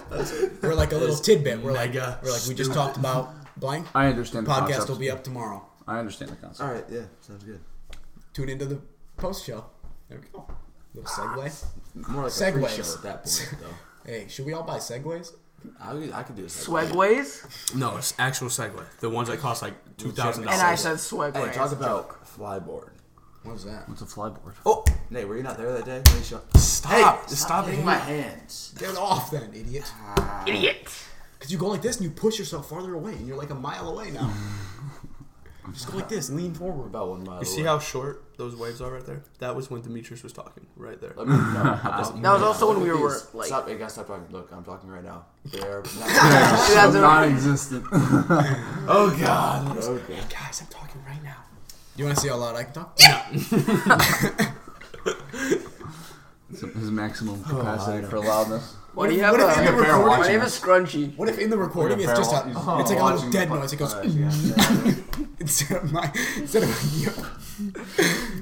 A: we're like a little tidbit. We're like,
D: mega
A: we're like we just talked about blank.
C: I understand the
A: Podcast
C: concept.
A: will be up tomorrow.
C: I understand the concept.
E: All right. Yeah. Sounds good.
A: Tune into the post show. There we go. Little segue.
E: More like a
A: Segways.
E: pre-show at that point, though.
A: Hey, should we all buy segways?
E: I, would- I could do a segue.
B: Swagways?
D: No, it's actual Segway. The ones that cost like two thousand
B: And I
D: dollars.
B: said swagways.
E: Hey, talk about flyboard.
A: What was that?
C: It's a flyboard.
E: Oh, Nate, were you not there that day? When you shot-
D: Stop!
E: Hey,
D: stop
E: hitting
D: hitting
E: my
D: my.
E: hands.
A: Get off then, idiot.
B: Idiot.
A: Because you go like this and you push yourself farther away, and you're like a mile away now. just go like this, lean forward.
E: About one mile.
D: You see
E: away.
D: how short those waves are right there? That was when Demetrius was talking right there.
E: Let me, no, that doesn't-
B: That was also when we
E: Please,
B: were like.
E: Stop, hey guys, stop talking. Look, I'm talking right now. They are
B: You
E: not-
B: guys are-
C: Non-existent.
E: oh God. Oh
A: Hey
E: God.
A: guys, I'm talking right now. You want to see how loud I can talk?
C: His maximum
D: Oh,
C: capacity for loudness.
B: What do you have?
A: What if in the
B: a-
C: bear
A: recording?
B: What do you
C: watching
B: have a scrunchy?
A: What if in the recording it's
C: Barrel-
A: just a, it's
C: he's
A: like a little
C: watching
A: dead
C: the
A: noise? It goes
E: Alright, yeah.
A: instead of my instead of you.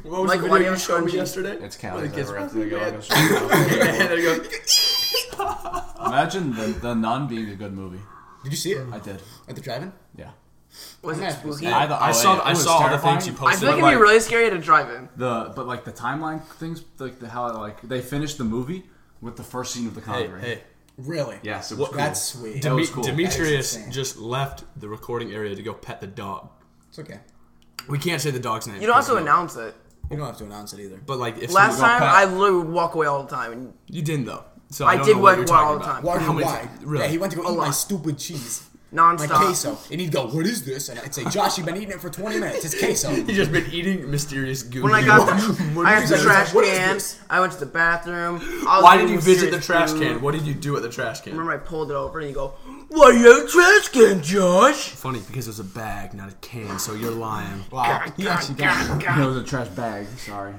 D: What was
B: Like,
D: the
B: why do
D: video
B: you
D: you showed me
B: scrunchie?
D: yesterday?
C: It's
D: When
C: counting.
D: it gets
C: Imagine
D: and it goes,
C: the, the Nun being a good movie.
A: Did you see it
C: I did.
A: at the drive-in?
C: Yeah.
B: Was it spooky?
C: I,
B: I
C: thought-
D: I
C: oh,
D: saw.
C: yeah,
D: I
C: it was
D: saw all the things you
C: terrifying.
D: posted.
B: feel like
D: but,
B: it'd be really scary to drive in.
C: The but like the timeline things, like the how like they finished the movie with the first scene of the
D: Hey,
C: Conjuring.
D: hey.
A: Really?
C: Yes, it was
D: What-
C: cool.
A: That's sweet.
C: That was
D: Me-
C: cool.
D: Demetrius
A: insane.
D: just left the recording area to go pet the dog.
A: It's okay.
D: We can't say the dog's name.
B: You don't have to
D: because-
B: announce it.
A: You don't have to announce it either.
D: But like, if
B: Last
D: someone-
B: time,
C: pet-
B: I literally would walk away all the time. And
D: you didn't though. So
B: I
D: don't
B: did
D: know what
B: walk
D: you're
B: away all
D: talking
B: the time.
D: about.
A: Why?
D: How many-
A: why?
D: really?
A: Yeah, he went to go eat my
B: lot.
A: stupid cheese, my
B: nonstop.
A: queso, and he'd go, "What is this?" And I'd say, "Josh, you've been eating it for 20 minutes. It's queso."
D: He just been eating mysterious goo.
B: When I got the, I got
A: is
B: the
A: this?
B: trash
A: What is
B: can.
A: this?
B: I went to the bathroom. I was
D: Why did
B: eating
D: you visit the
B: serious
D: trash
B: food.
D: can? What did you do at the trash can?
B: Remember, I pulled it over and you go, "Why you have a trash can, Josh?"
D: Funny because it was a bag, not a can. So you're lying.
C: Wow. He actually got it. It was a trash bag. Sorry.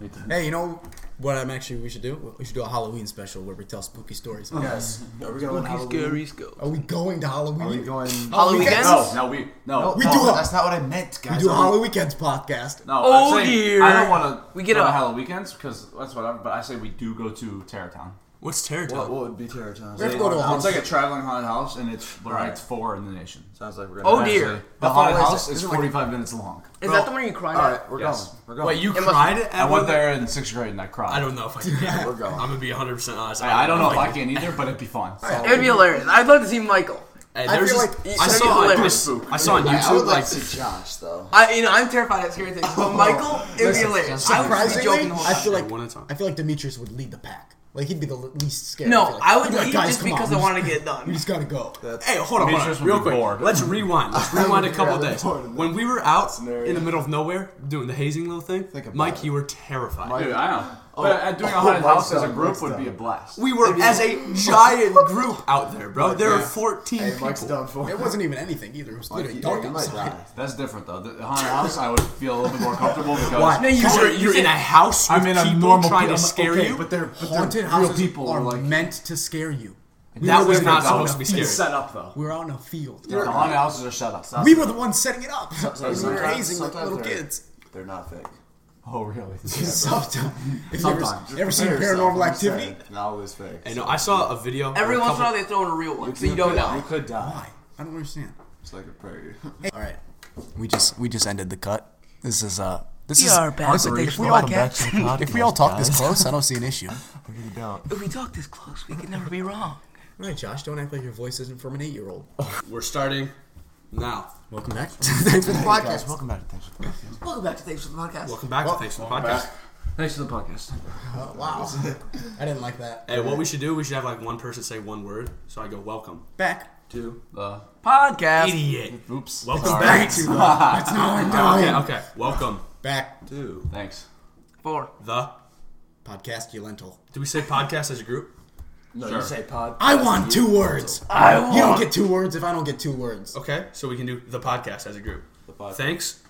C: Wait,
A: hey, you know what? I'm actually we should do. We should do a Halloween special where we tell spooky stories.
E: Yes. Are we going
B: He's
E: Halloween?
B: scary, go.
A: Are we going to Halloween?
E: Are we going?
B: Halloween
A: weekends?
B: ends?
C: No, no, we no.
A: We
E: no,
A: do a-
E: That's not what I meant, guys.
A: We do a
E: Are
A: Halloween weekends podcast.
C: Oh, No,
B: Oh,
C: I'm saying
B: dear.
C: I don't want to.
B: We get
C: go to
B: a-
C: Halloween weekends because that's whatever. But I say we do go to Terratown.
D: What's Terror
E: What,
D: Town?
E: what would be Terror Town?
A: We have to go to a
C: It's like a traveling haunted house, and it's right. it's four in the nation.
E: Sounds like we're gonna.
B: Oh dear.
C: The
E: How far
C: haunted
E: away is
C: house
E: it?
C: is
E: Is it like-
C: 45 minutes long.
B: Is that the one you cried
E: All
B: at?
E: right, we're
C: Yes.
E: going. We're going.
D: Wait, you
B: must-
D: cried at
C: I
D: one
C: went there in sixth grade and I cried.
D: I don't know if I can. Yeah,
E: We're going.
D: I'm gonna be 100 percent honest. Oh
C: I, I don't know if I
D: like it.
C: can either, but it'd be fun.
B: It would be hilarious. I'd love to see Michael.
D: Hey,
A: I
D: there's
A: feel
D: this-
A: like-
D: I
B: That'd be
D: saw on
B: hilarious.
D: this- I saw on
E: I would
D: YouTube
E: like
D: like
E: to see Josh though.
B: I, you know, I'm terrified of scary things. But Michael, it would be hilarious. I would be
A: Surprisingly,
B: joking the whole
A: I
B: time.
A: feel like
D: One at a time.
A: I feel like Demetrius would lead the pack. Like he'd be the l- least scared.
B: No,
A: feel like.
B: I would
A: He'd be like,
B: leave
A: "Guys,
B: just
A: come on,
B: because
A: we
B: I
A: just-
B: want to get
A: We
B: done.
A: just gotta go.
D: Hey, hold on, hold
C: Demetrius
D: on.
C: would
D: real
C: be
D: quick.
C: bored.
D: Let's rewind. Let's rewind a couple days. When we were out
E: Scenario.
D: in the middle of nowhere doing the hazing little thing,
A: about
D: Mike,
A: it.
D: you were terrified.
C: Dude, I know. But uh, doing a haunted
E: Mike's
C: house as a
E: done,
C: group
E: Mike's
C: would
E: done.
C: be a blast.
D: We were as a giant group out there, bro. There were 14
E: Hey, Mike's
D: people.
E: done for.
A: It wasn't even anything either. It was
E: Mike,
A: literally
E: you-
A: dark
E: you might
A: outside.
E: die.
C: That's different though. The haunted house, I would feel a little bit more comfortable because
D: Why?
B: you
D: you were,
B: said- you
D: you're in a
B: said-
D: house with
C: I'm in a
D: people
C: normal
D: trying
C: pe-
D: to
C: I'm-
D: scare
C: okay,
D: you.
C: but they're but
A: Haunted
C: they're real
A: houses
C: people.
A: are
C: like
A: meant to scare you. We
D: that
A: were
D: was
A: there
D: not
A: for that.
D: supposed to be
C: It's
D: scary.
C: set up though.
A: We were on a field.
C: The haunted houses are set up.
A: We were the ones setting it up.
E: Sometimes-
A: we were
E: sometimes-
A: hazing like
E: sometimes
A: little
E: they're-
A: kids.
E: They're not fake.
C: Oh really?
A: Sometimes. If you
C: Sometimes.
A: ever, ever seen
E: Prepare
A: paranormal
E: yourself, I'm
A: activity?
E: saying. Not always fake.
D: Hey, no, I saw a video.
B: Every
D: of a
B: once in a
D: couple-
B: while they throw in a real one, so you don't
E: You
B: know.
E: could die.
A: Why? I don't understand.
E: It's like a prayer.
A: All right, we just we just ended the cut. This is uh. This
B: We
A: is
B: are back
A: this is-
B: with
A: if
B: the
A: we all
E: podcast,
A: if we all talk this
E: guys.
A: close, I don't see an issue.
E: You don't.
B: If we talk this close, we could never be wrong.
A: Right, Josh, don't act like your voice isn't from an eight-year-old.
D: We're starting now.
A: Welcome back. Thanks for the podcast.
E: Welcome back to Thanks for Playing.
B: Welcome back to Thanks for the Podcast.
D: Welcome back to Thanks for the Podcast.
C: Thanks to the podcast.
A: Oh, wow, I didn't like that.
D: Hey, what we should do, we should have like one person say one word. So I go, welcome.
A: Back.
C: To the
B: Podcast.
D: Idiot.
C: oops.
D: Welcome
A: Back
D: back.
A: to the. That's not what I'm
D: Okay,
A: doing.
D: okay. Welcome.
A: Back
E: Dude.
C: Thanks.
B: Four.
D: The.
A: podcast. You lentil.
D: Do we say podcast as a group?
E: No,
C: Sure.
E: you say pod.
A: I want two words.
B: I
A: You don't get two words if I don't get two words.
D: Okay, so we can do the podcast as a group.
E: The pod.
D: Thanks.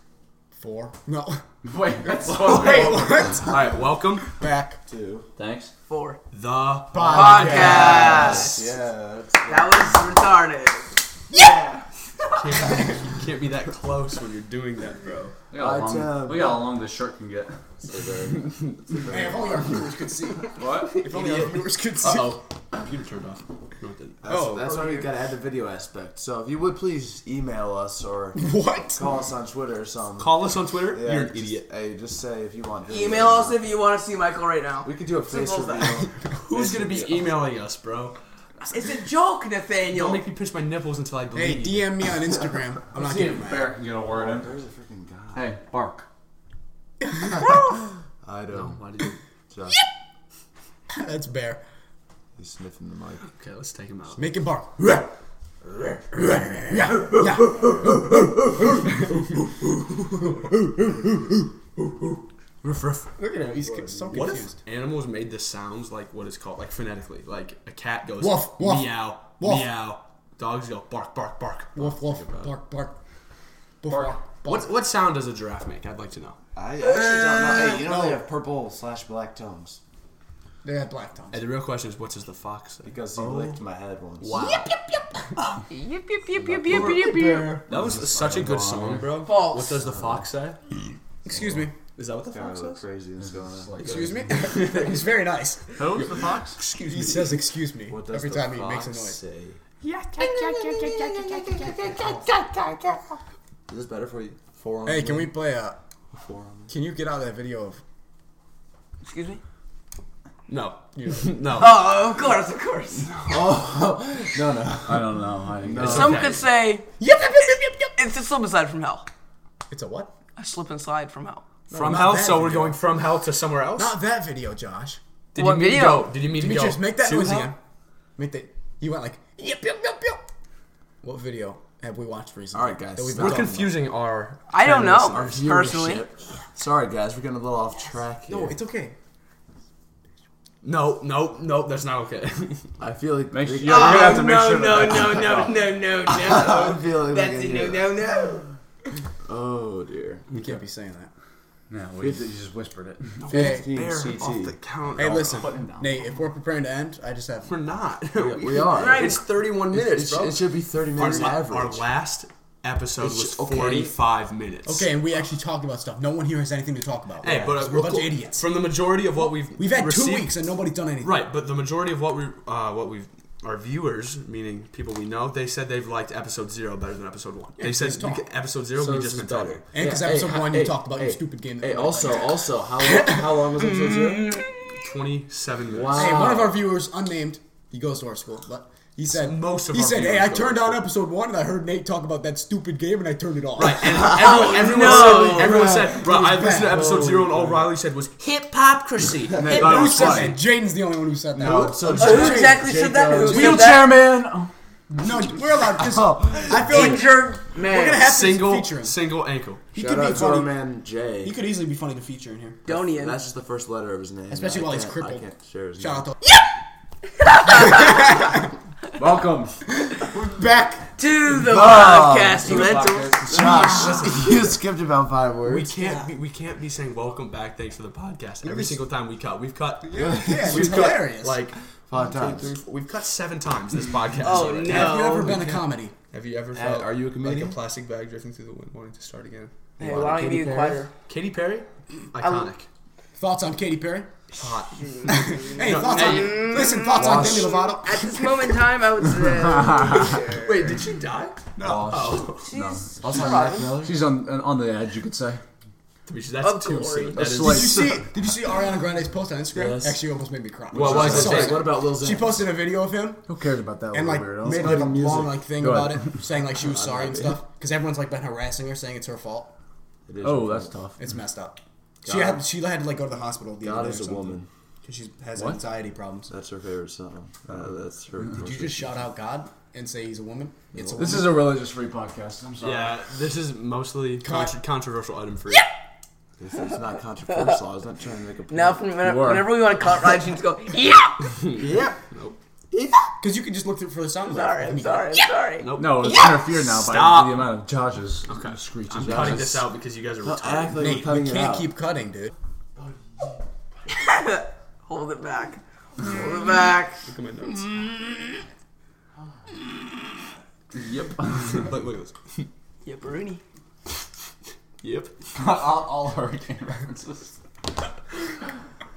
A: Four. No.
C: Wait, that's
A: what?
D: All right, welcome.
A: Oh. Back.
E: Two.
C: Thanks.
B: Four.
D: The. Podcast.
B: Podcast.
E: Yeah.
B: That was retarded.
D: Can't, can't be that close when you're doing that, bro.
C: Look how,
E: I tell
C: long, look how long this shirt can get.
A: Hey, if only our viewers could see.
C: What?
A: If only our viewers could see.
D: Uh oh. Computer turned off. No, it didn't. Oh.
E: That's, Oh, that's why we gotta add the video aspect. So if you would please email us or
A: What?
E: call us on Twitter or something.
D: Call us on Twitter.
E: Yeah,
D: you're an
E: just-
D: idiot.
E: Hey, just say if you want. video.
B: Email us if you want to see Michael right now.
E: We could do a face
B: Simple as
E: reveal.
D: Who's gonna be emailing us, bro?
B: It's a joke,
D: Don't
B: Nathaniel.
D: make me pinch my nipples until I
A: Hey,
D: believe you.
A: DM me on Instagram. I'm not
C: See
A: getting
C: if
A: mad.
C: Bear can get a word in.
E: There's a freaking guy.
C: Hey, bark.
E: I don't.
D: Why did you?
E: Josh,
A: That's bear.
E: he's sniffing the mic.
D: Okay, let's take him out.
A: Make it bark.
D: Ruff, ruff.
A: Look at him. He's co- so
D: What
A: confused.
D: if animals made the sounds like what is called, like phonetically? Like a cat goes
A: Woof, woof,
D: meow,
A: woof.
D: meow. Dogs go bark, bark, bark.
A: Woof woof. Bark bark. Woof, bark. bark.
D: What what sound does a giraffe make? I'd like to know.
E: I actually don't know. Hey, you know they have purple slash black tongues
A: They had black tongues.
D: And the real question is, what does the fox say?
E: because he licked my head once.
D: Wow,
B: Yip, yip, yip, yip, yip, yip, yip.
D: that was such a good song, bro.
B: False.
D: What does the fox say?
A: Excuse me.
D: Is that what the fox
E: Kinda
D: says?
E: crazy that's going on.
A: Excuse me. He's very nice.
C: Who's the fox?
D: Excuse
A: He says excuse me
E: What does
A: every
E: the
A: time he makes
E: fox
A: a noise.
E: Say? Is this better for you? Four.
A: Hey, can we play a?
E: Four. on
A: Can you get out of that video of?
B: Excuse me?
D: No, no.
B: Oh, of course, of course.
E: Oh no no.
C: I don't know. I think that's
B: Some
D: okay.
B: could say
A: Yep, yep, yep, yep, yep.
B: it's a slip and slide from hell.
A: It's a what?
B: A slip and slide from hell.
D: From
A: not
D: hell,
A: that
D: so we're
A: video.
D: going from hell to somewhere else.
A: Not that video, Josh.
D: Did
B: What
D: you mean
B: video?
D: to go? Did you mean to
A: Demetrius,
D: go?
A: make that
D: to
A: noise
D: hell?
A: again. Make that. You went like yep, yep, yep, yep. What video have we watched recently?
E: All right, guys.
A: That we've been
D: We're
A: talking about?
D: confusing our.
B: I don't know,
E: Our viewership.
B: personally.
E: Sorry guys, we're getting a little off track here.
A: No, Oh, it's okay.
D: No, no, no. That's not okay.
E: I feel like
C: Make sure,
E: we-
C: yeah, we're
D: Oh,
C: gonna have to make
B: no,
C: sure.
B: no,
C: that
B: no, no, no, no, no.
E: I feel like
B: That's a no, no, no.
E: Oh dear.
A: We can't be saying that.
C: no. No, we you just whispered it.
A: Hey,
D: off the count.
A: hey, listen,
C: putting down.
A: Nate. If we're preparing to end, I just have.
D: We're not.
E: We are.
D: It's 31
E: It,
D: minutes,
E: sh-
D: bro.
E: it should be 30
D: our,
E: minutes
D: la-
E: average.
D: our last episode
E: It's
D: was
E: just- okay.
D: 45 minutes.
A: Okay, and we actually talked about stuff. No one here has anything to talk about.
D: Hey, but uh,
A: we're a bunch
D: cool.
A: of idiots.
D: From the majority of what we've
A: We've had two
D: received-
A: weeks and nobody's done anything.
D: Right, but the majority of what we uh, what we our viewers, meaning people we know, they said they've liked episode zero better than episode one. they said
A: it's talk.
D: we- episode zero
E: So
D: we
E: this
D: just
E: is
D: been
E: better.
D: better.
A: And 'cause episode
E: hi-
A: one, you talked about your stupid game that
E: Hey,
A: you
E: also,
A: like.
E: also, how long, how long was episode zero?
D: Twenty seven minutes.
E: Wow.
A: Hey, one of our viewers, unnamed, he goes to our school, but he said
D: Most of
A: he
D: our
A: said, "Hey,
D: viewers
A: I
D: go
A: turned
D: to our
A: on episode one and I heard Nate talk about that stupid game and I turned it off."
D: Right, and everyone, everyone
B: no,
D: said, everyone
A: bro.
D: said, bro, I
A: Bro,
D: listened to episode
E: bro.
D: zero, and all Riley said was hypocrisy. And they
A: Hey,
D: thought it
A: who
D: was
A: said
D: funny.
A: that? Jaden's the only one who said that.
E: So
B: Who exactly said that? Who said
C: Wheelchair man.
A: No, we're allowed. This,
D: Oh.
A: I feel
B: that?
A: like
B: Injured
A: we're gonna
B: man.
A: have
D: Single,
A: to feature him.
D: single ankle.
A: He
E: Shout
A: could be
E: out to our
A: funny.
E: man Jay.
A: He could easily be funny to feature in here.
B: Donian.
E: That's just the first letter of his name.
A: Especially
E: I
A: while he's
E: can't-
A: crippled.
E: I can't share his
A: Shout
E: name.
A: out to
C: Welcome.
A: back.
B: to the
E: Ah.
B: podcast, you mentals.
E: Josh, you skipped about five
D: We
E: words.
D: can't be, we can't be saying welcome back, thanks for the podcast every single time we cut. We've cut
A: Yeah,
D: we've
A: it's
D: cut
A: hilarious.
D: like
E: Five
D: two,
E: times.
D: three, four- we've cut seven times this podcast.
B: Oh,
D: already.
B: no.
A: have you ever
B: we
A: been a comedy?
D: Have you ever
E: felt are you a comedian?
D: Like a plastic bag drifting through the wind, wanting to start again.
B: Hey, why don't
E: Katy
B: you be
E: Perry?
B: quieter?
D: Katy Perry, iconic,
A: Thoughts on Katy Perry?
D: hot.
A: Hey, thoughts on listen. Thoughts on Demi Lovato?
B: At this moment in time, I would say.
D: Wait, did she die?
E: No.
B: She's
E: Also,
B: Robin.
E: Mac Miller.
C: She's on on the edge, you could say.
D: That's
B: Of
D: too
B: glory.
D: soon. That is,
C: like-
A: Did you see? Did you see Ariana Grande's post on Instagram?
E: Yes.
A: Actually, almost made me cry.
D: Well, why is
A: So
D: it
A: sad.
D: that?
E: Hey, what about Lil Xan?
A: She posted a video of him
E: Who cares about that?
A: and like
E: little weirdo?
A: made
E: Not
A: like a
E: even music.
A: long like thing
E: Go
A: about
E: ahead.
A: it, saying like she was sorry and stuff. Because everyone's like been harassing her, saying it's her fault.
E: It is
C: Oh,
E: her
C: that's
E: fault.
C: tough.
A: It's messed up. She
E: God.
A: had she had to like go to the hospital. The
E: God
A: other day
E: is
A: or
E: a
A: something.
E: woman.
A: 'Cause she has
E: What?
A: anxiety problems.
E: That's her favorite song. Uh, that's her.
A: Did you just shout out God and say He's a woman? It's a
C: This
A: woman.
C: is a religious free podcast. I'm sorry.
D: yeah, this is mostly
A: Cut.
D: contr controversial item for
E: It's, it's not controversial. I was not trying to make a point.
B: Now, from
E: You are.
B: whenever, whenever we want to cut Ryan, she just go, yeah!
E: Yep.
A: because you can just look through for the sound. bite.
B: Sorry,
A: I
B: I'm
A: mean,
B: sorry, I'm sorry.
D: Nope.
C: No, Oh, it's interfered now
D: Stop.
C: by the amount of Josh's screeches.
D: I'm cutting this out because you guys are
E: Not
D: retarded.
E: act like we're
A: Nate,
E: cutting
A: you
E: it
A: can't
E: out.
A: keep cutting, dude.
B: Hold it back. Hold it back.
D: Look at my notes. yep. look, look at this.
B: Yeah, Bruni.
D: Yep.
C: all, all hurricane references.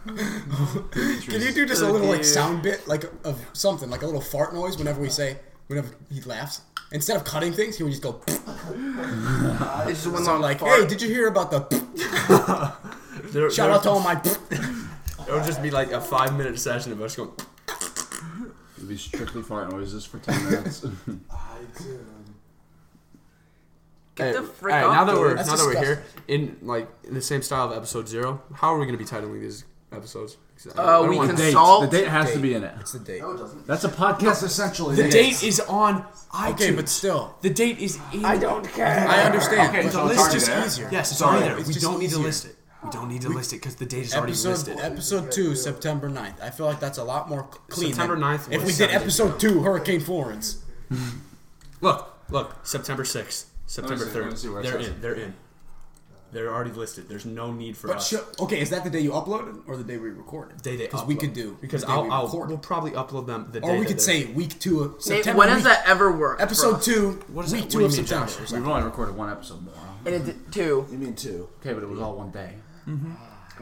A: Can you do just a little like sound bit, like of something, like a little fart noise whenever we say, whenever he laughs? Instead of cutting things, he would just go
B: It's just one long
A: like,
B: fart.
A: "Hey, did you hear about the?"
D: There,
A: Shout
D: there,
A: out to all my.
D: It'll just be like a five minute session of us going.
C: It'd be strictly fart noises for 10 minutes.
B: Get
D: Hey,
B: the frick
D: hey,
B: off
D: now that
B: the
D: we're
A: That's
D: now that we're here in like in the same style of episode zero, how are we going to be titling these episodes? 'Cause I don't- I
B: Uh,
D: don't
B: we
D: want-
B: can
C: date.
B: solve.
C: The date has to be in it.
A: It's the date.
C: That's a podcast essentially.
D: The date is on iTunes.
A: Okay, but still,
D: the date is in. I don't
A: I understand.
D: Okay,
A: but
D: so
A: it's
D: listen-
A: just easier.
D: eh? Yes, it's already
A: No,
D: there.
A: it's
D: we
A: just
D: don't need to
A: easier.
D: list it. We don't need to list it because the date is already
A: Episode,
D: listed.
A: episode two, September 9th. I feel like that's a lot more clean. than
D: September 9th
A: If we
D: was
A: did
D: seven
A: episode two, Hurricane Florence.
D: Look, look, September sixth,
C: Let
D: September
C: me see, let me
D: third.
C: see where it
D: They're
C: says
D: in. They're in. They're already listed. There's no need for
A: But
D: us.
A: sh- okay, is that the day you uploaded or the day we recorded?
D: day they
A: Because we
D: upload.
A: could do
D: because
A: the day
D: I'll,
A: we
D: I'll
A: record.
D: we'll probably upload them the
A: or
D: day
A: we
D: that
A: could
D: they're-
A: say week two of
B: Nate,
A: September.
B: when does
A: week-
B: that ever work? for
A: Episode
B: us?
A: two.
D: What is that-
A: week
D: what do
A: two
D: you
A: of
D: mean,
A: September.
D: Josh?
A: or something.
C: We've only recorded one episode more.
B: And it did two.
E: You mean two?
C: Okay, but it was all one day. That,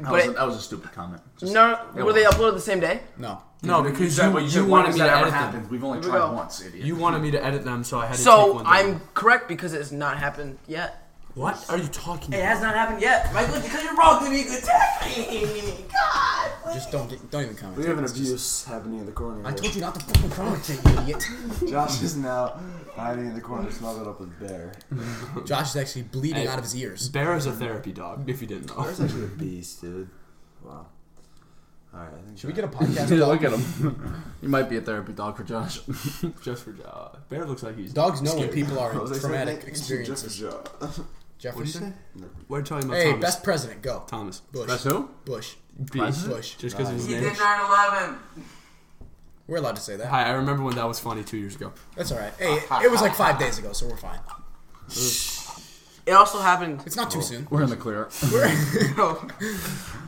B: But
C: was,
B: it-
C: a, that was a stupid comment. Just-
B: No,
C: It
B: were they
C: was.
B: uploaded the same day?
A: No.
D: no because
C: that
D: you,
C: what
D: you
C: said, why
D: wanted
C: does
D: me to
C: that ever
D: edit
C: happen?
D: them.
C: We've only
B: Here we
C: tried
B: go.
C: once, idiot.
D: You wanted me to edit them, so I had to take
B: So
D: one. down.
B: I'm correct because it has not happened yet.
D: What are you talking
B: It
D: about?
B: has not happened yet. Michael, because you're wrong to me. Good me. God.
A: Just don't get, don't even comment.
E: We have an abuse happening in the corner.
A: I
E: here.
A: told you not to fucking commentate, you idiot.
E: Josh is now hiding in the corner, snuggled up with Bear.
A: Josh is actually bleeding
D: Hey.
A: out of his ears.
D: Bear is a therapy dog, if you didn't know.
E: Bear's actually a beast, dude. Wow. All right, I think.
A: Should we get a podcast?
C: Yeah,
A: dog?
C: look at him. you might be a therapy dog for Josh.
D: Just for uh, Bear looks like he's.
A: Dogs know when people are
E: I was
A: in
E: like,
A: traumatic
E: Oh, thank you,
A: experiences.
E: Jeff- Jeff.
A: Jefferson.
D: We're talking about
A: Hey,
D: Thomas.
A: best president, go.
D: Thomas.
A: Bush.
C: That's who?
A: Bush.
D: Beast.
A: Bush.
D: Just because of his
B: He
D: name.
B: did 9/11.
A: We're allowed to say that.
D: Hi, I remember when that was funny two years ago.
A: That's all right. Hey, it was like five days ago, so we're fine.
B: It also happened.
A: It's not too soon.
C: We're in the clear.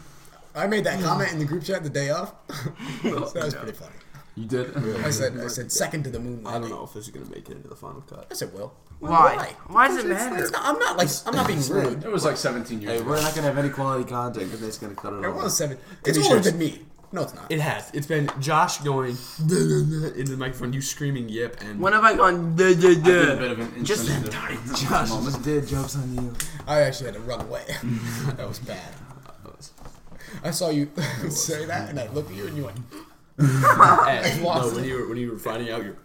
A: I made that comment in the group chat the day of. so that was pretty funny.
D: You did.
A: I said, I said second to the moon.
D: I don't
A: landing.
D: know if this is gonna make it into the final cut.
A: Yes, it will.
B: Why? Why does it
A: Because it's-
B: matter?
A: it's not- I'm not like I'm not being rude.
C: It was like 17 years
E: Hey,
C: ago.
E: we're not gonna have any quality content because it's gonna cut it
A: It
E: all.
A: was seven. It's older than me. No, it's not.
D: It has. It's been Josh going into the microphone, you screaming yip, and
B: When have I gone? Duh, duh,
C: I did a
B: duh?
C: bit of an
B: Just that
C: insensitive
B: darn it.
E: Josh did jokes on you.
A: I actually had to run away. that was bad. I saw you say that, and I looked at you, and you went,
D: Hey,
A: lost
D: no, when you were when you were finding out, you're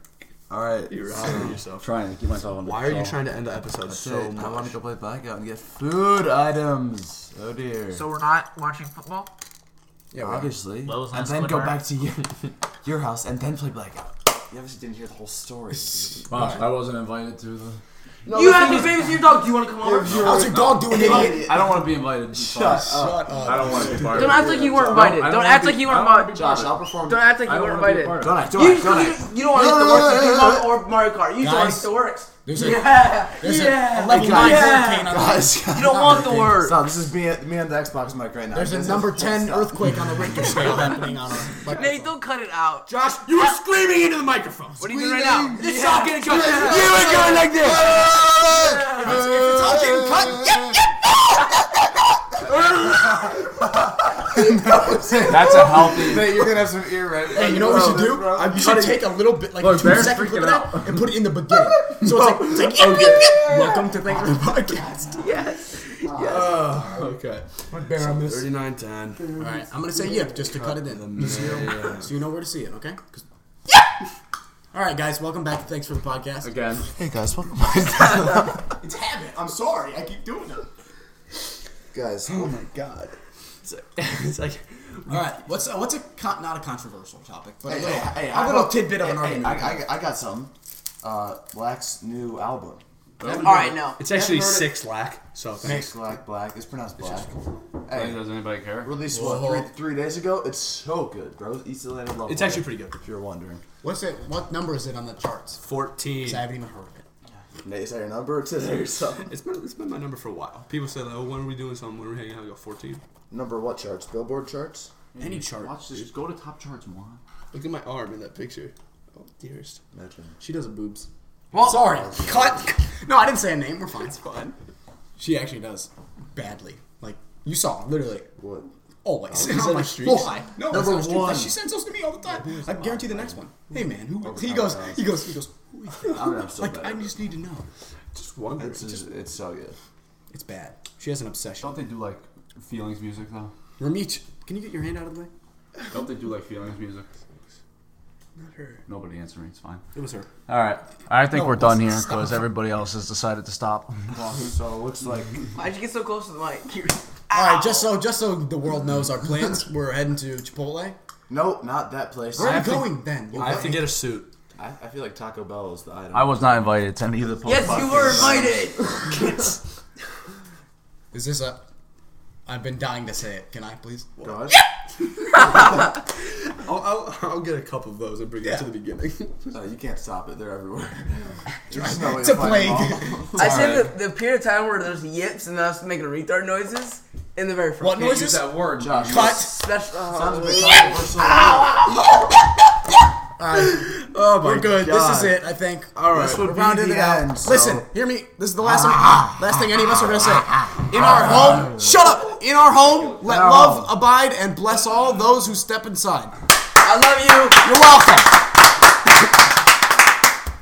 E: All right.
D: you're out of yourself.
C: trying to keep myself on.
D: Why are you trying to end the episode
E: So
D: so
E: I want to
D: much?
E: go play blackout and get food items. Oh dear.
B: So we're not watching football.
E: yeah, obviously.
G: Well, it's
E: and
G: not
E: then go
G: Squidward.
E: back to your your house and then play blackout. You obviously didn't hear the whole story.
C: I wasn't invited to the.
B: you have your baby to your dog. Do you want to come over? Then
A: "How's your dog doing, idiot?"
C: I don't want to be invited. Shut
A: Shut
C: I
A: up.
C: don't want to be part
B: Don't
C: of
B: act
C: it.
B: like you weren't
C: I don't-
B: invited.
C: I
B: Don't
C: wanna
B: act
C: be-
B: like you
C: I
B: weren't
C: don't wanna be
B: invited.
C: part of it.
E: I'll perform.
B: Don't act like
C: I
B: you
C: don't
B: weren't
C: want to be a
B: invited.
C: part of it.
E: Don't act. Don't
B: You,
E: act. Don't
B: you-
E: act.
B: you don't want to
A: No,
B: the
A: no,
B: works.
A: no,
B: You
A: no,
B: don't or Mario Kart. You don't like
A: Guys.
B: the works.
A: There's a,
B: Yeah,
A: there's a
B: yeah.
A: level nine
B: Guys.
A: hurricane on the
E: Guys,
B: you don't want the work.
E: Stop. This is me, me on the Xbox mic right now.
A: There's a
E: This is-
A: number ten earthquake on the Richter scale happening on us. Like,
B: Nate, don't cut it out.
D: Josh, you were screaming into the microphone.
B: What are you doing right now?
D: It's all getting cut. You were going like this.
A: it's all getting cut. Yep, yep.
C: That's a healthy.
E: Hey, you're gonna have some ear right.
A: Hey, you know what we should do?
E: I'm
A: You should take a little bit, like
C: Look,
A: two
C: Bear's
A: second clip of
C: freaking
A: that, and put it in the beginning. So it's like, it's like yep, yep, yep. Welcome to Thanks for the Podcast.
D: Uh, Oh, Okay.
A: Bear, I'm this.
D: Thirty-nine ten.
A: All right, I'm gonna say yep just to cut it in, just so you know, so you know where to see it. Okay. 'Cause- All right, guys, welcome back. to Thanks for the podcast.
C: Again.
E: Hey guys, welcome
A: It's habit. I'm sorry. I keep doing it.
E: Guys, oh my god.
D: It's like
A: All right, what's uh, what's a con- not a controversial topic, but a
E: Hey,
A: little,
E: hey, hey,
A: a
E: I
A: little
E: got-
A: tidbit of
E: hey,
A: an
E: hey,
A: argument.
E: I, I, I got some. Uh, Black's new album.
B: All right, no.
D: it's actually six lack. So thanks.
E: Black, Black. It's pronounced Black. Hey,
C: Does anybody care?
E: released what,
A: Whoa.
E: three, three days ago. It's so good, bro. East Atlanta love.
D: It's actually pretty good.
E: If you're wondering,
A: what's it? What number is it on the charts? 'Cause
D: Fourteen.
A: I haven't even heard of it.
E: Nate, is that your number? It's is that your song?
D: It's been it's been my number for a while. People say like, oh, when are we doing something? When are we hanging out? I go fourteen.
E: Number what charts? Billboard charts.
D: Any chart.
C: Watch this. Just go to top charts one.
D: Look at my arm in that picture. Oh, dearest.
E: Imagine.
D: She does a boobs.
B: Well,
A: Sorry, cut. No, I didn't say a name. We're fine.
D: It's fine.
A: She actually does badly. Like you saw, literally.
E: What?
A: Always.
D: that
A: I'm
D: the
A: like,
D: streaks?
A: why? No,
E: Number
A: that's not the streaks.
E: one.
A: She sends those to me all the time. I guarantee the next one. Hey man, who? He goes. He goes. He goes. who is that?
E: I'm, I'm so
A: Like I
E: bad.
A: just need to know.
D: Just wondering.
E: It's just, it's so good.
A: It's bad. She has an obsession.
C: Don't they do like feelings music though?
A: Ramit, can you get your hand out of the way?
C: Don't they do like feelings music?
A: Not her.
C: Nobody answer me. It's fine.
A: It was her.
C: All right. I think
A: No,
C: we're done here
A: stop.
C: because everybody else has decided to stop.
E: So it looks like
B: why'd you get so close to the mic? You're-
A: All right, just so just so the world knows our plans, we're heading to Chipotle.
E: nope, not that place.
A: Where are
E: I,
A: we going then?
D: I have to get a suit.
E: I feel like Taco Bell is the item.
C: I was not invited to any of the post
B: yes, you were invited.
A: Is this a? I've been dying to say it. Can I please?
E: God.
D: I'll, I'll, I'll get a couple of those and bring it to the beginning.
E: No, Uh, you can't stop it. They're everywhere.
A: It's a plague.
B: I said the, the period of time where there's yips and us making retard noises in the very
A: What
B: front.
C: Use
A: noises?
C: that word, Josh.
A: Cut.
B: That's, uh,
A: Oh my good. This is it. I think. All right.
E: This would be
A: rounding
E: the
A: it out. Ah.
E: end, so-
A: Listen, hear me. This is the last time, last thing any of us are gonna say. In our home, shut up. In our home, let love abide and bless all those who step inside.
B: I love you.
A: You're welcome.